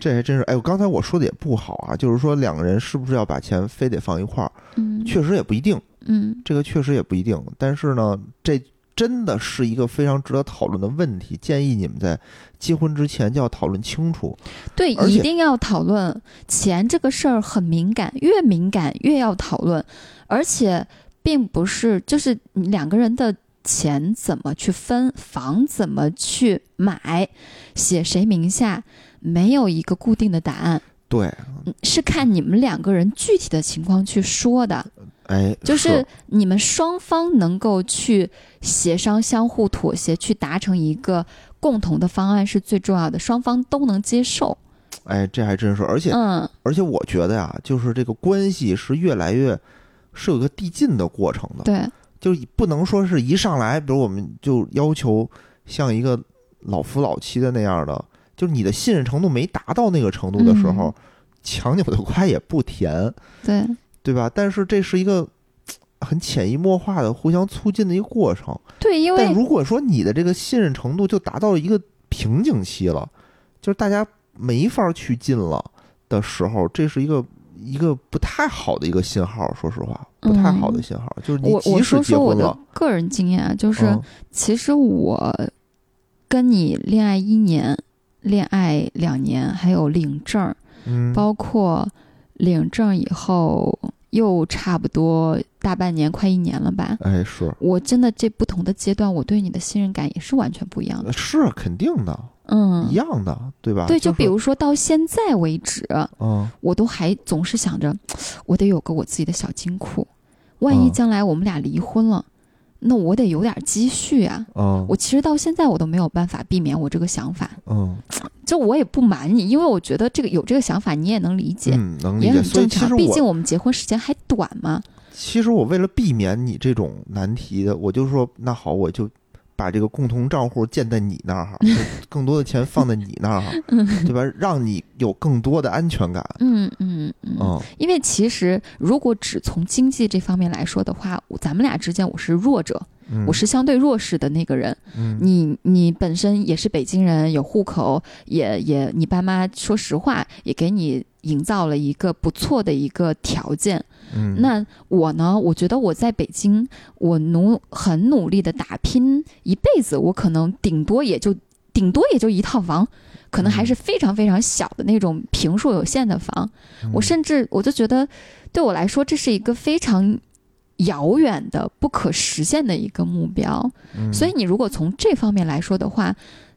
Speaker 2: 这还真是。哎，我刚才我说的也不好啊，就是说两个人是不是要把钱非得放一块儿，
Speaker 3: 嗯
Speaker 2: 确实也不一定，
Speaker 3: 嗯，
Speaker 2: 这个确实也不一定。但是呢，这真的是一个非常值得讨论的问题，建议你们在结婚之前就要讨论清楚。
Speaker 3: 对，
Speaker 2: 而
Speaker 3: 一
Speaker 2: 且
Speaker 3: 定要讨论钱这个事儿很敏感，越敏感越要讨论，而且并不是就是你两个人的钱怎么去分，房怎么去买，写谁名下，没有一个固定的答案。
Speaker 2: 对，
Speaker 3: 嗯是看你们两个人具体的情况去说的，
Speaker 2: 哎，
Speaker 3: 就是你们双方能够去协商、相互妥协，去达成一个共同的方案是最重要的，双方都能接受。
Speaker 2: 哎，这还真是，而且
Speaker 3: 嗯，
Speaker 2: 而且我觉得呀、就是这个关系是越来越是有个递进的过程的，
Speaker 3: 对，
Speaker 2: 就是不能说是一上来，比如我们就要求像一个老夫老妻的那样的，就是你的信任程度没达到那个程度的时候，
Speaker 3: 嗯
Speaker 2: 强扭的瓜也不甜，
Speaker 3: 对，
Speaker 2: 对吧？但是这是一个嘖很潜移默化的互相促进的一个过程。
Speaker 3: 对，因
Speaker 2: 但
Speaker 3: 为
Speaker 2: 如果说你的这个信任程度就达到一个瓶颈期了，就是大家没法去进了的时候，这是一个一个不太好的一个信号。说实话，不太好的信号，就是你
Speaker 3: 嗯我我
Speaker 2: 即使
Speaker 3: 说
Speaker 2: 结
Speaker 3: 说我
Speaker 2: 婚
Speaker 3: 的
Speaker 2: 了，
Speaker 3: 个人经验啊，就是、
Speaker 2: 嗯
Speaker 3: 其实我跟你恋爱一年、恋爱两年，还有领证儿，
Speaker 2: 嗯，
Speaker 3: 包括领证以后又差不多大半年、快一年了吧。
Speaker 2: 哎是
Speaker 3: 我真的这不同的阶段，我对你的信任感也是完全不一样的。
Speaker 2: 呃是肯定的，一
Speaker 3: 嗯，
Speaker 2: 样的，对吧？
Speaker 3: 对，
Speaker 2: 就
Speaker 3: 就是比如说到现在为止，
Speaker 2: 嗯，
Speaker 3: 我都还总是想着，我得有个我自己的小金库，万一
Speaker 2: 嗯
Speaker 3: 将来我们俩离婚了，那我得有点积蓄啊。
Speaker 2: 嗯，
Speaker 3: 我其实到现在我都没有办法避免我这个想法，
Speaker 2: 嗯
Speaker 3: 就我也不瞒你，因为我觉得这个有这个想法你也能理解，
Speaker 2: 嗯能理
Speaker 3: 也
Speaker 2: 解。
Speaker 3: 很
Speaker 2: 所以
Speaker 3: 正
Speaker 2: 其实
Speaker 3: 常。毕竟
Speaker 2: 我
Speaker 3: 我们结婚时间还短嘛。
Speaker 2: 其实我为了避免你这种难题的，我就说那好，我就。把这个共同账户建在你那儿哈，就更多的钱放在你那 儿哈，对吧？让你有更多的安全感。
Speaker 3: 嗯嗯嗯。
Speaker 2: 嗯
Speaker 3: 因为其实如果只从经济这方面来说的话，我咱们俩之间我是弱者，
Speaker 2: 嗯，
Speaker 3: 我是相对弱势的那个人。
Speaker 2: 嗯
Speaker 3: 你你本身也是北京人，有户口，也也你爸妈说实话也给你营造了一个不错的一个条件。
Speaker 2: 嗯
Speaker 3: 那我呢？我觉得我在北京，我努很努力的打拼一辈子，我可能顶多也就顶多也就一套房，可能还是非常非常小的那种平数有限的房。
Speaker 2: 嗯
Speaker 3: 我甚至我就觉得，对我来说，这是一个非常遥远的、不可实现的一个目标。
Speaker 2: 嗯
Speaker 3: 所以，你如果从这方面来说的话，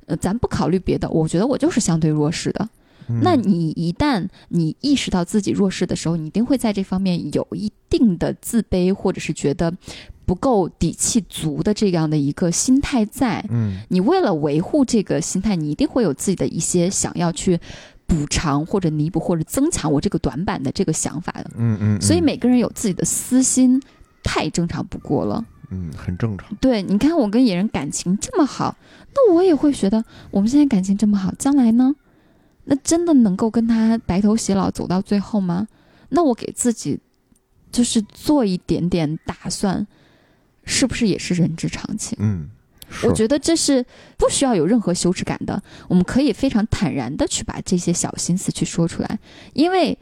Speaker 3: 呃，咱不考虑别的，我觉得我就是相对弱势的。
Speaker 2: 嗯
Speaker 3: 那你一旦你意识到自己弱势的时候，你一定会在这方面有一定的自卑，或者是觉得不够底气足的这样的一个心态在。
Speaker 2: 嗯
Speaker 3: 你为了维护这个心态，你一定会有自己的一些想要去补偿或者弥补或者增强我这个短板的这个想法的。
Speaker 2: 嗯嗯，
Speaker 3: 所以
Speaker 2: 嗯
Speaker 3: 每个人有自己的私心，太正常不过了。
Speaker 2: 嗯很正常。
Speaker 3: 对，你看我跟野人感情这么好，那我也会觉得我们现在感情这么好，将来呢？那真的能够跟他白头偕老走到最后吗？那我给自己就是做一点点打算，是不是也是人之常情？
Speaker 2: 嗯，是
Speaker 3: 我觉得这是不需要有任何羞耻感的，我们可以非常坦然的去把这些小心思去说出来，因为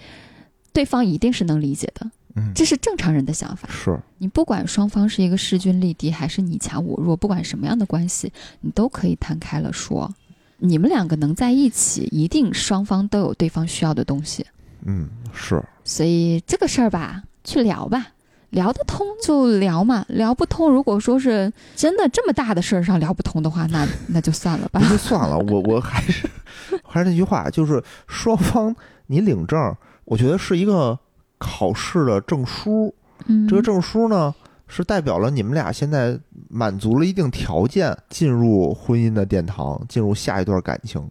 Speaker 3: 对方一定是能理解的，
Speaker 2: 嗯
Speaker 3: 这是正常人的想法。
Speaker 2: 是
Speaker 3: 你不管双方是一个势均力敌，还是你强我弱，不管什么样的关系，你都可以摊开了说。你们两个能在一起，一定双方都有对方需要的东西，
Speaker 2: 嗯是
Speaker 3: 所以这个事儿吧，去聊吧，聊得通就聊嘛，聊不通，如果说是真的这么大的事儿上聊不通的话，那那就算了吧
Speaker 2: 那。就算了，我我还是还是那句话，就是双方你领证，我觉得是一个考试的证书，
Speaker 3: 嗯，
Speaker 2: 这个证书呢。是代表了你们俩现在满足了一定条件，进入婚姻的殿堂，进入下一段感情，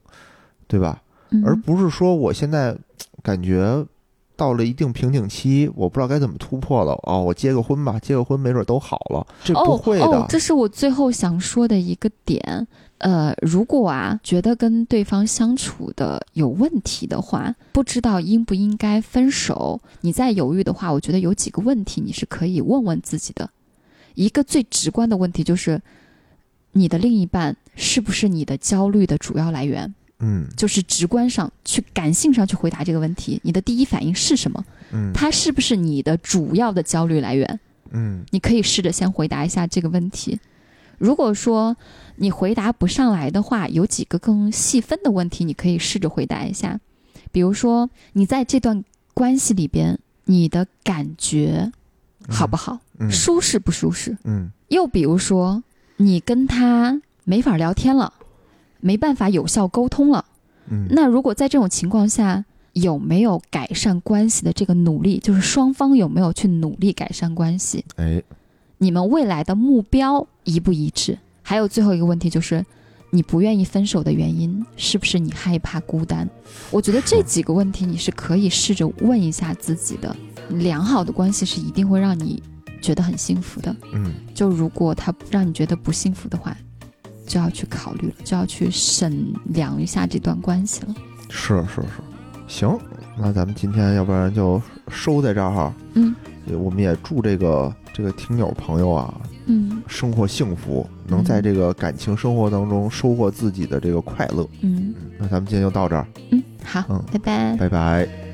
Speaker 2: 对吧？
Speaker 3: 嗯
Speaker 2: 而不是说我现在感觉到了一定瓶颈期，我不知道该怎么突破了哦，我结个婚吧，结个婚没准都好了，这不会的。
Speaker 3: 哦哦，这是我最后想说的一个点。呃，如果啊觉得跟对方相处的有问题的话，不知道应不应该分手，你再犹豫的话，我觉得有几个问题你是可以问问自己的。一个最直观的问题就是，你的另一半是不是你的焦虑的主要来源？
Speaker 2: 嗯
Speaker 3: 就是直观上去、感性上去回答这个问题，你的第一反应是什么？
Speaker 2: 嗯
Speaker 3: 他是不是你的主要的焦虑来源？
Speaker 2: 嗯
Speaker 3: 你可以试着先回答一下这个问题。如果说你回答不上来的话，有几个更细分的问题，你可以试着回答一下。比如说，你在这段关系里边，你的感觉好不好，
Speaker 2: 嗯
Speaker 3: 舒适不舒适？
Speaker 2: 嗯
Speaker 3: 又比如说，你跟他没法聊天了，没办法有效沟通了。
Speaker 2: 嗯，
Speaker 3: 那如果在这种情况下，有没有改善关系的这个努力，就是双方有没有去努力改善关系，
Speaker 2: 哎，
Speaker 3: 你们未来的目标一不一致。还有最后一个问题就是，你不愿意分手的原因是不是你害怕孤单？我觉得这几个问题你是可以试着问一下自己的。良好的关系是一定会让你觉得很幸福的。
Speaker 2: 嗯，
Speaker 3: 就如果他让你觉得不幸福的话，就要去考虑了，就要去审量一下这段关系了。
Speaker 2: 是是是，行，那咱们今天要不然就收在这儿哈。
Speaker 3: 嗯
Speaker 2: 也，我们也祝这个这个听友朋友啊，
Speaker 3: 嗯
Speaker 2: 生活幸福，能在
Speaker 3: 嗯
Speaker 2: 这个感情生活当中收获自己的这个快乐。
Speaker 3: 嗯
Speaker 2: 嗯，那咱们今天就到这儿，
Speaker 3: 嗯，好，
Speaker 2: 嗯
Speaker 3: 拜拜。
Speaker 2: 拜拜。